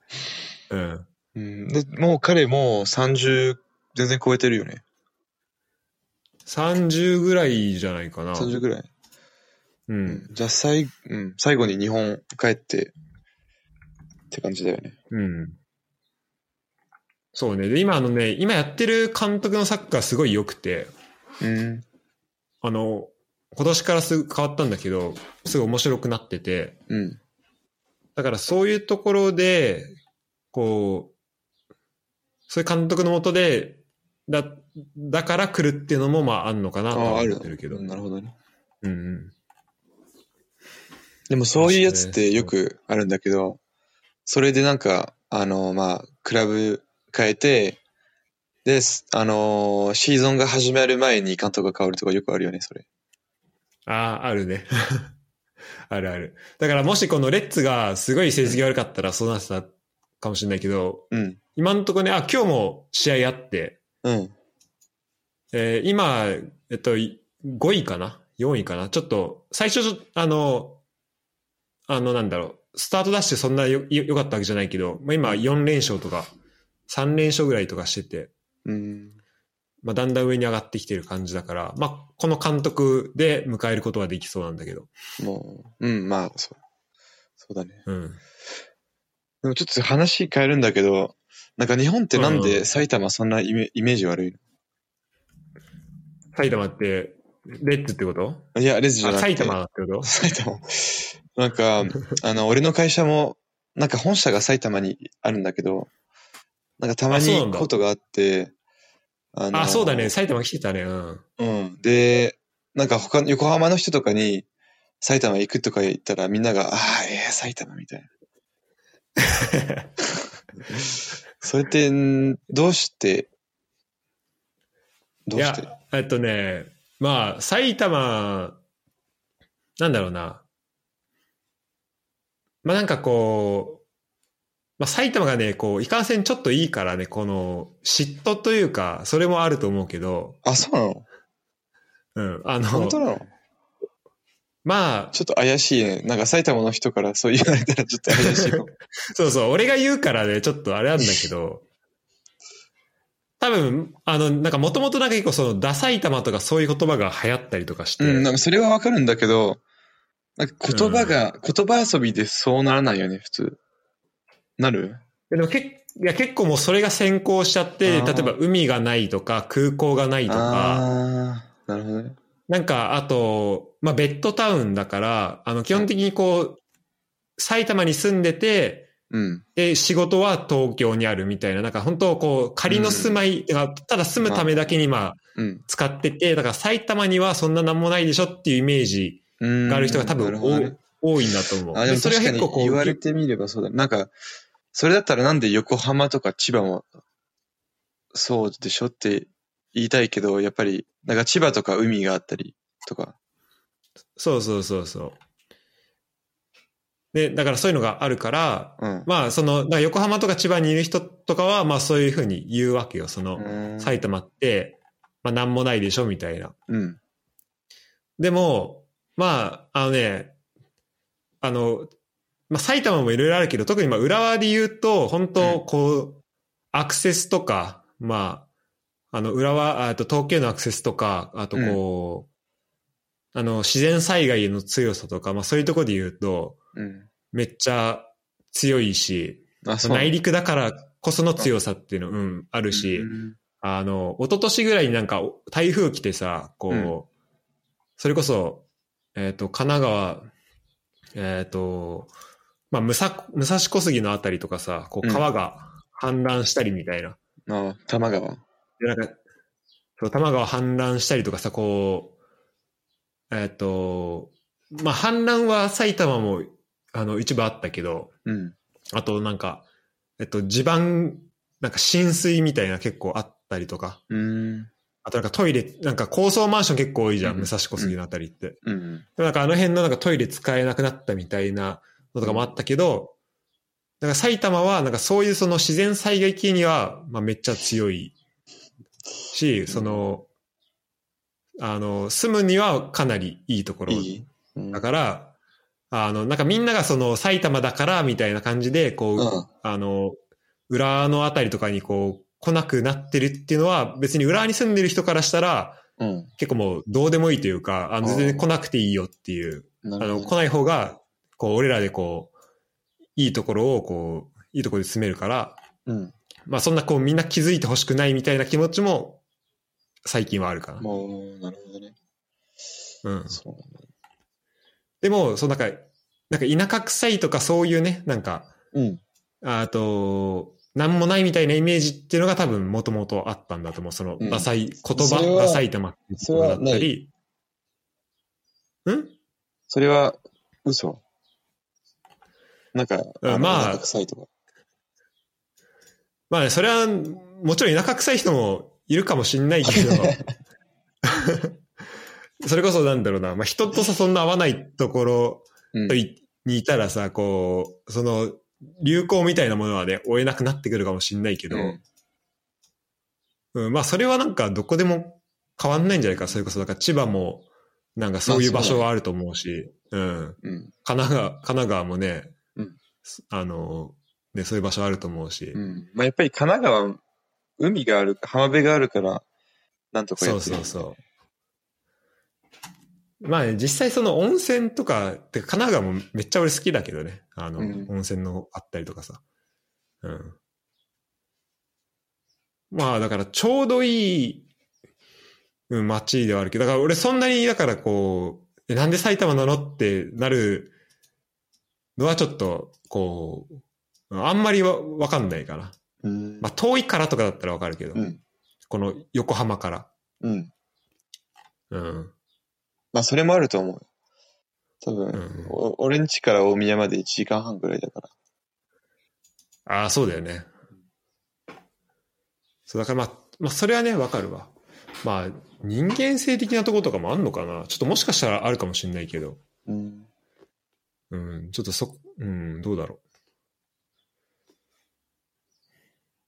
S1: うん。
S2: うん、で、もう彼も30、全然超えてるよね。
S1: 30ぐらいじゃないかな。
S2: 30ぐらい。
S1: う
S2: うんん。。じゃあ、最、うん、最後に日本帰って、って感じだよね。
S1: うん。そうね。で、今あのね、今やってる監督のサッカーすごい良くて、
S2: うん。
S1: あの、今年からすぐ変わったんだけど、すごい面白くなってて、
S2: うん。
S1: だからそういうところで、こう、そういう監督のもとで、だ、だから来るっていうのもまああんのかなとは
S2: ああ
S1: 思
S2: る
S1: ってるけど。
S2: うんなるほどね。
S1: うんうん。
S2: でもそういうやつってよくあるんだけど、それでなんか、あの、まあ、クラブ変えて、で、すあのーシーズンが始まる前に監督が変わるとかよくあるよね、それ。
S1: ああ、あるね。 あるある。だからもしこのレッツがすごい成績悪かったらそうなってたかもしれないけど、
S2: うん。
S1: 今のところね、あ、今日も試合あって、
S2: うん。
S1: えー今、えっと、い5位かな ?4 位かなちょっと、最初ちょ、あの、あの、なんだろう、スタートダッシュそんなよ、よ良かったわけじゃないけど、まあ、今4連勝とか、3連勝ぐらいとかしてて、
S2: うん。
S1: まあ、だんだん上に上がってきてる感じだから、まあ、この監督で迎えることはできそうなんだけど。
S2: もう、うん、まあ、そう。そうだね。
S1: うん。
S2: でもちょっと話変えるんだけど、なんか日本ってなん
S1: うん
S2: で埼玉そんなイメイメージ悪い
S1: 埼玉って、レッツってこと
S2: のいや、レズじゃ
S1: あ
S2: なく
S1: 埼
S2: て。
S1: 玉ってこと
S2: 埼玉。なんか、あの、俺の会社も、なんか本社が埼玉にあるんだけど、なんかたま
S1: あそう
S2: に
S1: な
S2: 行
S1: んだ
S2: くことがあって、あの
S1: あ、そうだね。。埼玉来てたね。うん。
S2: うん。で、なんか他の、横浜の人とかに、埼玉行くとか言ったらみんなが、ああ、ええ埼玉みたい な。それって、んどうして、ど
S1: いうや
S2: して、
S1: えっとね、まあ、埼玉、なんだろうな。まあなんかこう、まあ埼玉がね、こう、いかんせんちょっといいからね、この、嫉妬というか、それもあると思うけど、
S2: あ、そうなの
S1: うん、あ
S2: 本
S1: の、
S2: 当なの
S1: まあ、
S2: ちょっと怪しいね。なんか埼玉の人からそう言われたらちょっと怪しいかも。
S1: そうそう、俺が言うからね、ちょっとあれなんだけど、多分、あの、なんかもともとなんか結構その、ダサい玉とかそういう言葉が流行ったりとかして、
S2: うん、なんかそれはわかるんだけど、なんか言葉が、言葉遊びでそうならないよね、普通。なる
S1: いやでもけっいや結構もうそれが先行しちゃって、
S2: あ
S1: 例
S2: ー
S1: えば海がないとか空港がないとか、
S2: ああ、なるほどね。
S1: なんかあと、まあベッドタウンだから、あの基本的にこう、埼玉に住んでて、
S2: うん。
S1: で、仕事は東京にあるみたいな、なんか本当こう、仮の住まい、あただ住むためだけにまあ
S2: うん。
S1: 使ってて、だから埼玉にはそんななんもないでしょっていうイメージ
S2: うん。
S1: がある人が多
S2: な
S1: 分
S2: る
S1: 多
S2: ほど
S1: い,、
S2: ね
S1: 多いんだと思う。
S2: あ、でも
S1: それ
S2: 確
S1: は
S2: か
S1: 結構
S2: に
S1: こ
S2: 言わ
S1: う
S2: れてみればそうだ。なんか、それだったらなんで横浜とか千葉も、そうでしょって言いたいけど、やっぱり、なんか千葉とか海があったりとか。
S1: そうそうそうそう。で、だからそういうのがあるから、
S2: うん。
S1: まあ、その、だから横浜とか千葉にいる人とかは、まあそういうふうに言うわけよ。その、
S2: うん
S1: 埼玉って、まあなんもないでしょ、みたいな。
S2: うん。
S1: でも、まあ、あのね、あの、まあ埼玉もいろいろあるけど、特にまあ浦和で言うと、本当
S2: う
S1: こう、アクセスとか、まあ、あの、浦和、あと東京のアクセスとか、あとこう、あの、自然災害への強さとか、まあそういうところで言うと、
S2: うん。
S1: めっちゃ強いし、
S2: あ、そう
S1: 内陸だからこその強さっていうの、うん、あるし、
S2: うん
S1: あの、一昨年ぐらいになんかお台風来てさ、こう、
S2: うん
S1: それこそ、えっ、と、神奈川、えっ、と、まあ、武蔵、武蔵小杉のあたりとかさ、こう、
S2: うん
S1: 川が氾濫したりみたいな。
S2: あ、多摩川。
S1: で、なんか、そう、多摩川氾濫したりとかさ、こう、えっ、と、まあ、氾濫は埼玉も、あの、一部あったけど、
S2: うん。
S1: あとなんか、えっと、地盤、なんか浸水みたいな結構あったりとか、
S2: うん。
S1: あとなんかトイレ、なんか高層マンション結構多いじゃん、
S2: うん
S1: 武蔵小杉のあたりって。
S2: うん。
S1: でもなんかあの辺のなんかトイレ使えなくなったみたいなのとかもあったけど、なんか埼玉はなんかそういうその自然災害系には、まあめっちゃ強いし、その、あの、住むにはかなりいいところ
S2: いいうん
S1: だから、あの、なんかみんながその埼玉だからみたいな感じで、こう、
S2: うん
S1: あの、裏のあたりとかにこう、来なくなってるっていうのは、別に裏に住んでる人からしたら、
S2: うん。
S1: 結構もうどうでもいいというか、あの、
S2: あー
S1: 全然来なくていいよっていう、
S2: な
S1: あ
S2: るほど
S1: の、
S2: ね
S1: 来ない方が、こう、俺らでこう、いいところをこう、いいところで住めるから、
S2: うん。
S1: まあそんなこうみんな気づいてほしくないみたいな気持ちも、最近はあるかな。
S2: もう、なるほどね。
S1: うん。
S2: そうなんだ
S1: でも、そのなんか、なんか田舎臭いとかそういうね、なんか、
S2: うん。
S1: あと、なんもないみたいなイメージっていうのが多分もともとあったんだと思う。その、
S2: うん
S1: ダサい、言
S2: それ
S1: 葉、
S2: は
S1: ダサい玉っていう言葉だったり。ん
S2: それは、嘘なんか、
S1: うん
S2: の
S1: まあ
S2: なんか臭いとか。
S1: まあね、それは、もちろん田舎臭い人もいるかもしんないけ ど、それこそなんだろうな、まあ人とさ、そんな合わないところ
S2: うん
S1: といにいたらさ、こう、その、流行みたいなものはね、追えなくなってくるかもしんないけど、
S2: うん
S1: うん、まあそれはなんかどこでも変わんないんじゃないか。それこそ、だから千葉も、なんかそういう場所はあると思うし、うん。
S2: うん。
S1: 神奈川、神奈川もね、
S2: うん
S1: あの、ね、そういう場所あると思うし、
S2: うん。まあ、やっぱり神奈川、海がある、浜辺があるから、なんとかや
S1: そ
S2: っ
S1: う
S2: て
S1: そうそう。まあね、実際その温泉とか、てか神奈川もめっちゃ俺好きだけどね。あの、
S2: うん
S1: 温泉のあったりとかさ。うん。まあだからちょうどいいうん街ではあるけど、だから俺そんなに、だからこう、えなんで埼玉なのってなるのはちょっと、こう、あんまりわわかんないかな。
S2: う。うん。
S1: まあ遠いからとかだったらわかるけど、
S2: うん。
S1: この横浜から。
S2: うん。
S1: うん。
S2: まあ、それもあると思う。多分、
S1: うん
S2: お俺ん家から大宮まで1時間半ぐらいだから。
S1: ああ、そうだよね。そう、だからまあ、まあ、それはね、わかるわ。まあ、人間性的なところとかもあんのかなちょっともしかしたらあるかもしれないけど。
S2: うん。
S1: うん、ちょっとそ、うん、どうだろう。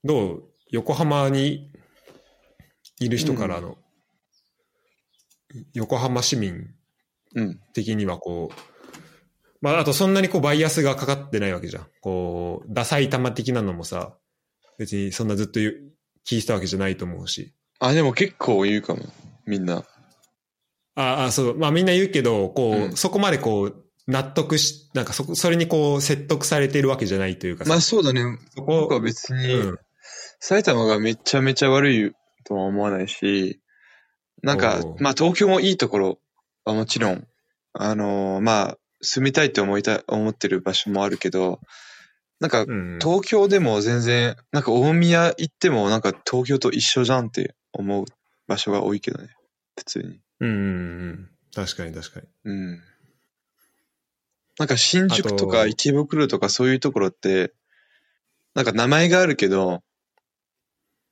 S1: どう横浜にいる人からの、横浜市民
S2: うん。
S1: 的にはこう、まあ、あとそんなにこうバイアスがかかってないわけじゃん。こう、ダサい玉的なのもさ、別にそんなずっと言う聞いてたわけじゃないと思うし。
S2: あ、でも結構言うかも。みんな。
S1: ああ、そう、まあみんな言うけど、こう、
S2: うん
S1: そこまでこう、納得し、なんかそこ、それにこう、説得されてるわけじゃないというかさ、
S2: まあ、そうだね。
S1: そ
S2: 僕は
S1: こ、
S2: 別
S1: う
S2: に、
S1: ん、
S2: 埼玉がめちゃめちゃ悪いとは思わないし、なんか
S1: お、う
S2: まあ東京もいいところはもちろん、あのーまあ住みたいって思いたい、思ってる場所もあるけど、なんか
S1: うん。
S2: 東京でも全然、なんか大宮行ってもなんか東京と一緒じゃんって思う場所が多いけどね、普通に。
S1: うん、うんうん。確かに確かに。
S2: うん。なんか新宿と
S1: あ
S2: か
S1: と
S2: 池袋とかそういうところって、なんか名前があるけど、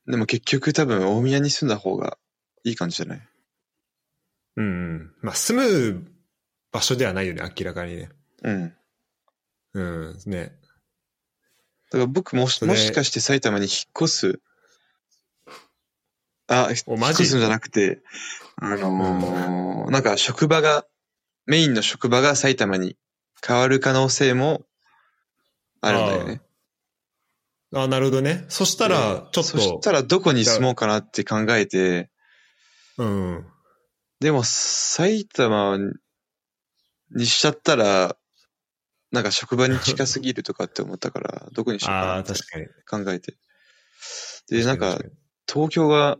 S2: でも結局多分大宮に住んだ方がいい感じじゃない
S1: うん、うん。まあ住む場所ではないよね、明らかにね。
S2: うん。だ
S1: うん、ね。
S2: から僕もし
S1: それ
S2: もしかして埼玉に引っ越す、あ、
S1: お
S2: 引っ
S1: マジ
S2: 越すんじゃなくて、あのーなんか職場が、メインの職場が埼玉に変わる可能性もあるんだよね。
S1: ああ、なるほどね。そしたら、ちょっと、
S2: そしたらどこに住もうかなって考えて、
S1: うん。
S2: でも埼玉にしちゃったら、なんか職場に近すぎるとかって思っ たから、どこにしよう
S1: ああ、
S2: か
S1: 確かに。
S2: なって考えて。で、なんか
S1: 確に
S2: 東京が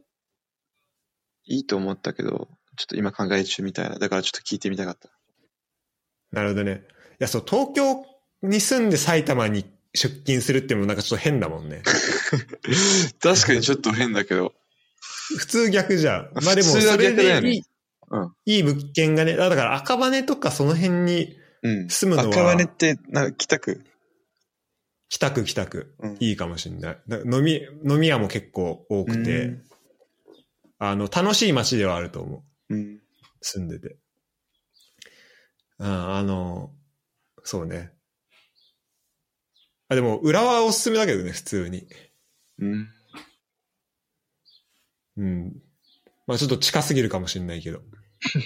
S2: いいと思ったけど、ちょっと今考え中みたいな。だからちょっと聞いてみたかった。
S1: なるほどね。いや、そう、東京に住んで埼玉に出勤するってもなんかちょっと変だもん ね。
S2: 確かにちょっと変だけど。
S1: 普通逆じゃん。まあでも、
S2: 普通は
S1: それ
S2: 逆だよね
S1: でいい、
S2: うん
S1: いい物件がね、だから赤羽とかその辺に、
S2: うん。
S1: 住むのは
S2: 赤羽って、なんか北区
S1: 北区北区
S2: うん。
S1: いいかもしんない。だ飲み、飲み屋も結構多くて、
S2: うん
S1: あの、楽しい街ではあると思う。
S2: うん。
S1: 住んでて。ああの、そうね。あ、でも、浦和はおすすめだけどね、普通に。
S2: うん。
S1: うん。まあちょっと近すぎるかもしんないけど。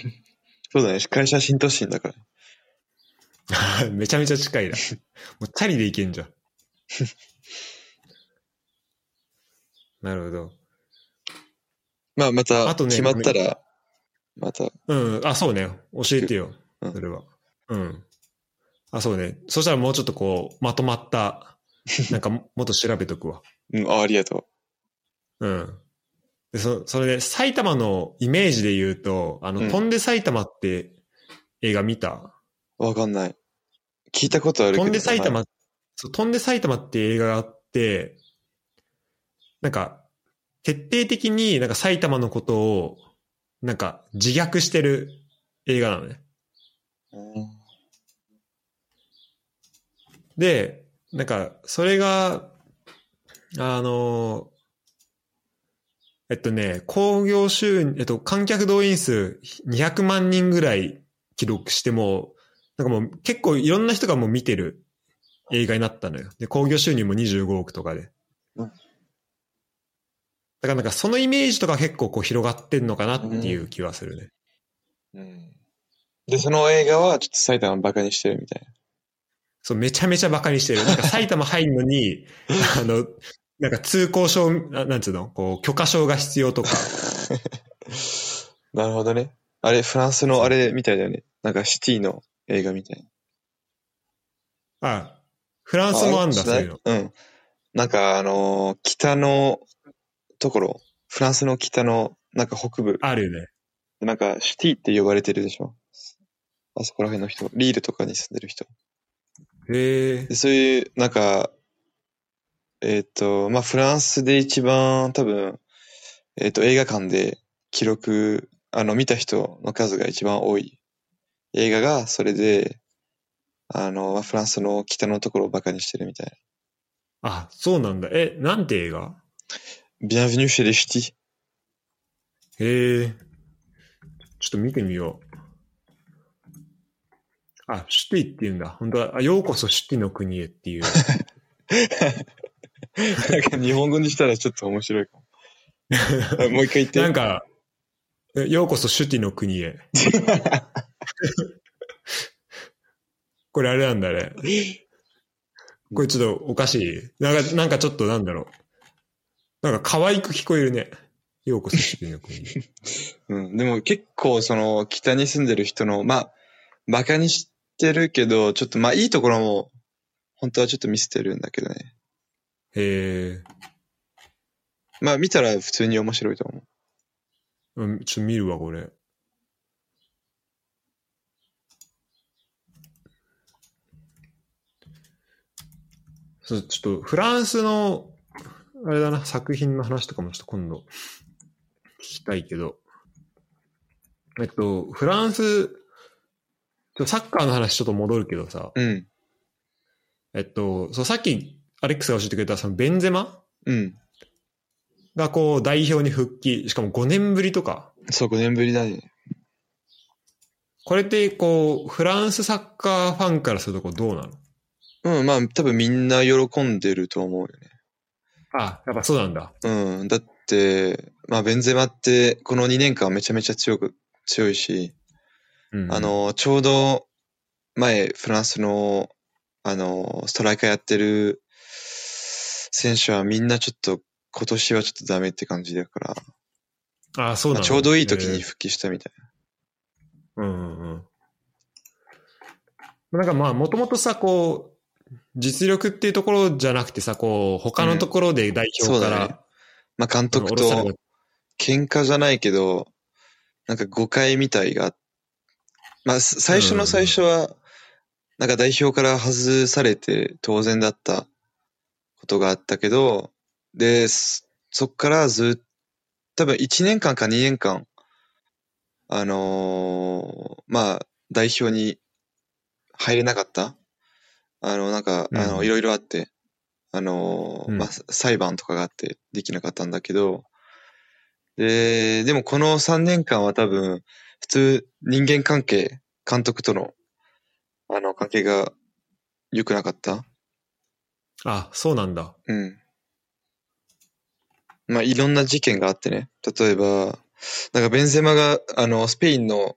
S2: そうだね。会社新都心だから。
S1: めちゃめちゃ近い な。もうチャリで行けんじゃん。なるほど。
S2: まあ、また、
S1: あとね
S2: 決まったら、また、
S1: うん。あ、そうね。教えてよ
S2: う。ん
S1: それは。うん。あ、そうね。そしたらもうちょっとこう、まとまった、なんかももっと調べとくわ。
S2: うん、あありがと
S1: うん。で、そ、それで埼玉のイメージで言うと、あの、
S2: うん
S1: 飛んで埼玉って映画見た
S2: う。わかんない。聞いたことあるけど。
S1: 飛んで埼
S2: は
S1: 玉、そう、飛んで埼玉って映画があって、なんか、徹底的になんか埼玉のことを、なんか自虐してる映画なのね。
S2: い。うん
S1: で、なんか、それが、あの、えっとね、興行収、えっと、観客動員数200万人ぐらい記録しても、なんかもう結構いろんな人がもう見てる映画になったのよ。で、興行収入も25億とかで。
S2: うん
S1: だからなんかそのイメージとか結構こう広がってんのかなっていう気はするね。
S2: うん。で、その映画は、ちょっと埼玉バカにしてるみたいな。
S1: そう、めちゃめちゃバカにしてる。なんか埼玉入るのに、 あの、なんか通行証、ななんつうのこう、許可証が必要とか。
S2: なるほどね。あれ、フランスのあれみたいだよね。なんかシティの映画みたいな。
S1: あ、フランスもあんだ、そういうの。
S2: うん。なんかあのー北のところ、フランスの北の、なんか北部、
S1: あるよね。
S2: なんかシティって呼ばれてるでしょ。あそこら辺の人、リールとかに住んでる人。
S1: へえ
S2: で、。そういう、なんか、えっ、と、まあ、フランスで一番多分、えっ、と、映画館で記録、あの、見た人の数が一番多い映画が、それで、あの、まあフランスの北のところをバカにしてるみたい
S1: あ、そうなんだ。え、なんて映画
S2: な。ビアンヴィニュシェレシティ。
S1: へえ。ちょっと見てみよう。あ、シティって言うんだ。本当だ。あ、ようこそシティの国へっていう。
S2: なんか日本語にしたらちょっと面 白いかも。あもう一回言って。
S1: なんか、えようこそシティの国へ。これあれなんだね。これちょっとおかしい。なんか、なんかちょっとなんだろう。なんか可愛く聞こえるね。ようこそシティの国へ。
S2: うん、でも結構その北に住んでる人の、まあ、馬鹿にしてるけど、ちょっとまあいいところも、本当はちょっと見せてるんだけどね。
S1: へえ。
S2: まあ見たら普通に面白いと思う。
S1: うん、ちょっと見るわ、これ。そう、ちょっと、フランスの、あれだな、作品の話とかもちょっと今度、聞きたいけど。えっと、フランス、ちょっとサッカーの話ちょっと戻るけどさ、
S2: うん。
S1: えっと、そう、さっき、アレックスが教えてくれた、その、ベンゼマ
S2: うん。
S1: がこう、代表に復帰、しかも5年ぶりとか、
S2: そう、5年ぶりだね。
S1: これって、こう、フランスサッカーファンからするとこうどうなの
S2: うん、まあ多分みんな喜んでると思うよね。
S1: あ、やっぱそうなんだ。
S2: うん。だって、まあベンゼマってこの2年間めちゃめちゃ強く、強いし、
S1: うん、
S2: あ、の、ちょうど前、フランスの、あの、ストライカーやってる選手はみんなちょっと、今年はちょっとダメって感じだから、
S1: あ、そう
S2: ま
S1: な
S2: あ
S1: の
S2: ちょうどいい時
S1: え
S2: に
S1: ー
S2: 復帰したみたい
S1: うんうんうん。なんかまあ、もともとさ、こう、実力っていうところじゃなくてさ、こう、他のところで代表か
S2: うんそうだね
S1: ら、
S2: な。まあ監
S1: あの
S2: 督
S1: 降ろされ
S2: と
S1: た
S2: 喧嘩じゃないけど、なんか誤解みたいがあっ、まあす最初の最初は、なんか代表から外されて当然だったことがあったけど、で、そそっからずっと、多分1年間か2年間、あのーまあ、代表に入れなかったあの、なんか、あ
S1: う
S2: の、
S1: ん
S2: いろいろあって、あのー
S1: うん
S2: まあ、裁判とかがあってできなかったんだけど、で、でもこの3年間は多分、普通人間関係、監督との、あの、関係が良くなかった
S1: あ、そうなんだ。
S2: うん。まあ、いろんな事件があってね。例えば、なんかベンゼマが、あの、スペインの、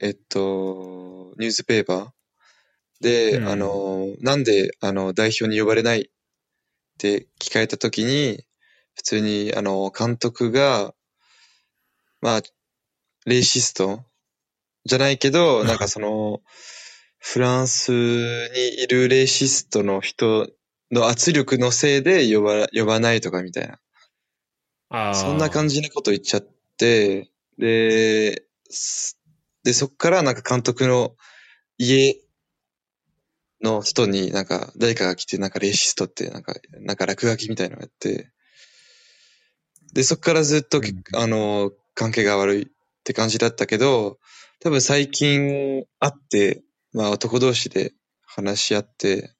S2: えっと、ニュースペーパーで、
S1: うん
S2: あの、なんで、あの、代表に呼ばれないって聞かれたときに、普通に、あの、監督が、まあ、レイシストじゃないけど、なんかその、フランスにいるレイシストの人の圧力のせいで呼ば呼ばないとかみたいな。
S1: あ
S2: そんな感
S1: じ。
S2: じのこと言っちゃって、で、すで、そっからなんか監督の家の人になんか誰かが来てなんかレイシストってなんか、なんか落書きみたいなのやって、で、そっからずっと、
S1: うん
S2: あの、関係が悪いって感じだったけど、多分最近会って、まあ男同士で話し合って、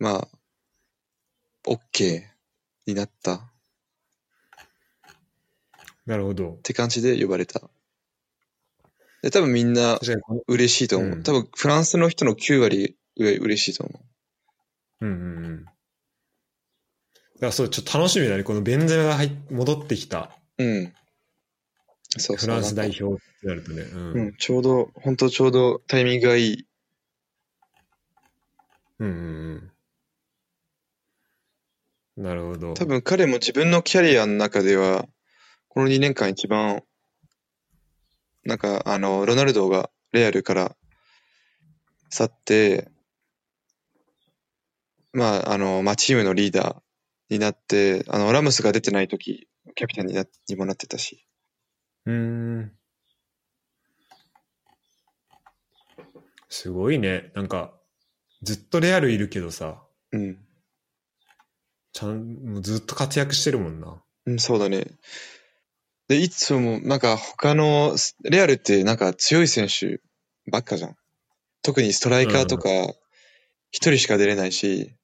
S2: まあ、OK になったっ
S1: なるほど。
S2: て感じで呼ばれた。で、多分みんな
S1: 確かにこの、
S2: 嬉しいと思う。
S1: うん
S2: 多分フランスの人の9割ぐらい嬉しいと思
S1: うんうんうん。だからそう、ちょっと楽しみだね。このベンゼマが入っ戻ってきた
S2: う。うん。そうそう
S1: フランス代表ってなるとね。うん。
S2: うん、ちょうど、本当ちょうどタイミングがいい。
S1: うんうんうん。なるほど。
S2: 多分彼も自分のキャリアの中では、この2年間一番、なんか、あの、ロナルドがレアルから去って、まあ、あの、まあ、チームのリーダーになって、あの、ラムスが出てない時、キャピテンになにもなってたし。
S1: うーん。すごいね。なんか、ずっとレアルいるけどさ、
S2: うん。
S1: ちゃん、もうずっと活躍してるもんな。
S2: うん、そうだね。で、いつも、なんか他の、スレアルってなんか強い選手ばっかじゃん。特にストライカーとか、一人しか出れないし、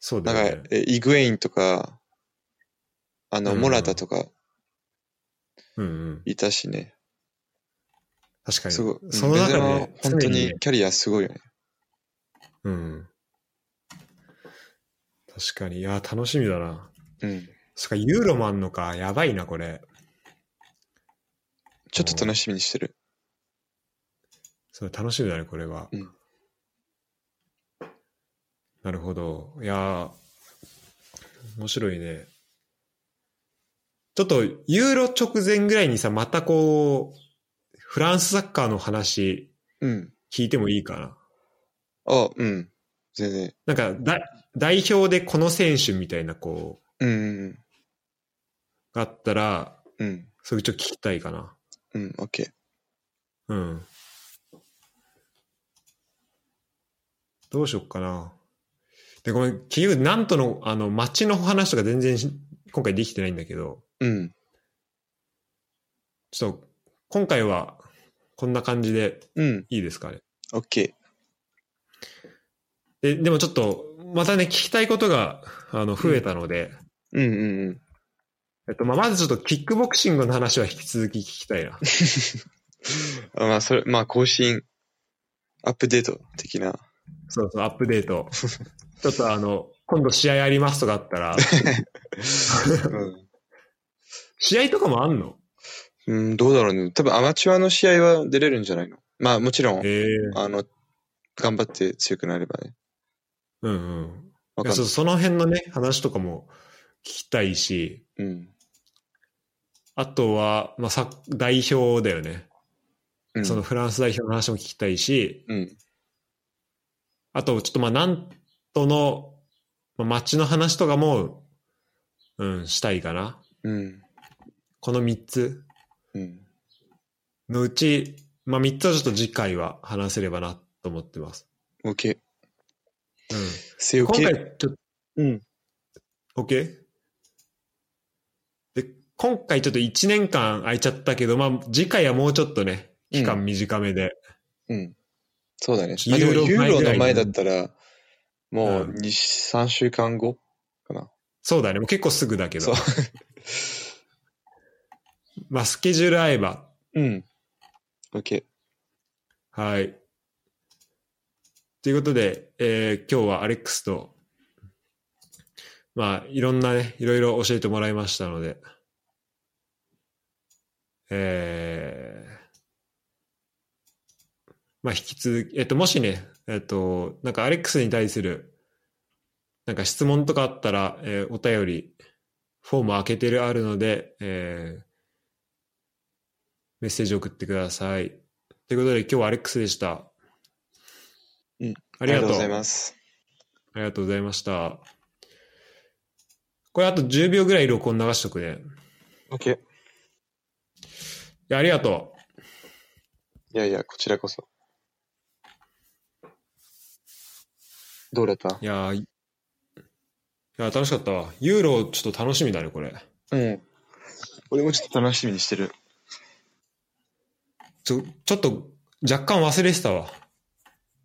S1: そうだ
S2: な
S1: よ
S2: ん
S1: ね
S2: か、。えイグエインとか、あの、
S1: うん
S2: モラタとか
S1: うんうん。
S2: いたしね。
S1: 確かに。
S2: すごい。
S1: その中
S2: ベンゼマは
S1: で、
S2: 本当
S1: 常ね
S2: にキャリアすごいよね。
S1: うん。確かに。いや、楽しみだな。
S2: うん。
S1: そっか、ユーロもあんのか。やばいな、これ。
S2: ちょっと楽しみにしてる。
S1: それ楽しみだね、これは。
S2: うん
S1: なるほど。いやー、面白いね。ちょっと、ユーロ直前ぐらいにさ、またこう、フランスサッカーの話
S2: うん。
S1: 聞いてもいいかな。
S2: あ、うん。全然。
S1: なんかだ、代表でこの選手みたいな、こう、
S2: うんうん
S1: があったら、
S2: うん。うん。
S1: それちょっと聞きたいかな。
S2: うん、オッケー。
S1: うん。どうしよっかな。で、ごめん、結局、なんとの、あの、街の話とか全然し今回できてないんだけど、
S2: うん。
S1: ちょっと、今回は、こんな感じで
S2: うん。
S1: いいですかね。
S2: オッケ
S1: で、でもちょっと、またね、聞きたいことが、あの、増えたので、
S2: ー。うんうんうん。
S1: えっと、まあ、まずちょっと、キックボクシングの話は引き続き聞きたい な。
S2: あまあ、それ、まあ、更新、アップデート的な。
S1: そうそう、アップデー ト。ちょっとあの、今度試合ありますとかあった ら、
S2: うん
S1: 試合とかもあん の
S2: うん、どうだろうね。多分アマチュアの試合は出れるんじゃないのまあ、もちろん、
S1: ええ
S2: あの、頑張って強くなればね。
S1: うんうん。
S2: わ
S1: い
S2: か
S1: や
S2: んな
S1: そう
S2: い。
S1: その辺のね、話とかも聞きたいし、
S2: うん。
S1: あとは、まあ、さ代表だよね、
S2: うん
S1: そのフランス代表の話も聞きたいし、
S2: うん。
S1: あと、ちょっとまあ、なんとの、まあ、街の話とかも、うん、したいかな。
S2: うん。
S1: この3つ
S2: うん。
S1: のうち、まあ、3つはちょっと次回は話せればなと思ってます。
S2: OK。
S1: う
S2: 背
S1: ん、今
S2: 受
S1: 回
S2: け。、
S1: ちょっ
S2: うん。
S1: と、OK? で、今回ちょっと1年間空いちゃったけど、まあ、次回はもうちょっとね、期間短めで、
S2: うん。そうだね。
S1: ユ
S2: まあ、で
S1: ー
S2: も
S1: ロ
S2: ユー
S1: 前
S2: ロ
S1: ぐらい
S2: の
S1: に
S2: 前だったら、もう
S1: うん
S2: 2、3週間後かな。
S1: そうだね。もう結構すぐだけ
S2: そ
S1: ど
S2: う。。
S1: まあ、スケジュール合えば。
S2: うん。OK。
S1: はい。ということで、えー今日はアレックスと、まあ、いろんなね、いろいろ教えてもらいましたので、えーまあ、引き続き、えっと、もしね、えっと、なんかアレックスに対する、なんか質問とかあったら、えーお便り、フォーム開けてるあるので、えーメッセージ送ってください。ということで、今日はアレックスでした。
S2: うん。
S1: あ
S2: あ
S1: り
S2: り
S1: がと
S2: がと
S1: う
S2: うございます。
S1: ありがとうございました。これあと10秒ぐらい録音流しとくね。
S2: OK。い
S1: いや、ありがとう。
S2: やいや、こちらこそ。どうだった
S1: いやー、いや楽しかったわ。ユーロちょっと楽しみだね、これ。
S2: うん。俺もちょっと楽しみにしてる。
S1: ちょ、ちょっと若干忘れてたわ。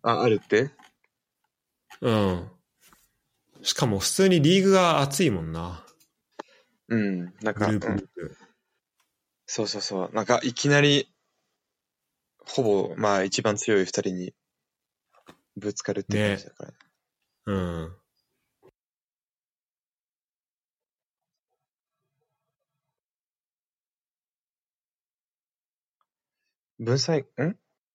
S2: あ、あるって
S1: うん。しかも普通にリーグが熱いもんな。
S2: うん。な
S1: グ
S2: んか、う
S1: ループリー
S2: ん、
S1: グ。
S2: そうそうそう。なんか、いきなり、ほぼ、まあ、一番強い二人にぶつかるっていう感じだから、ね。
S1: うん。
S2: 分散、ん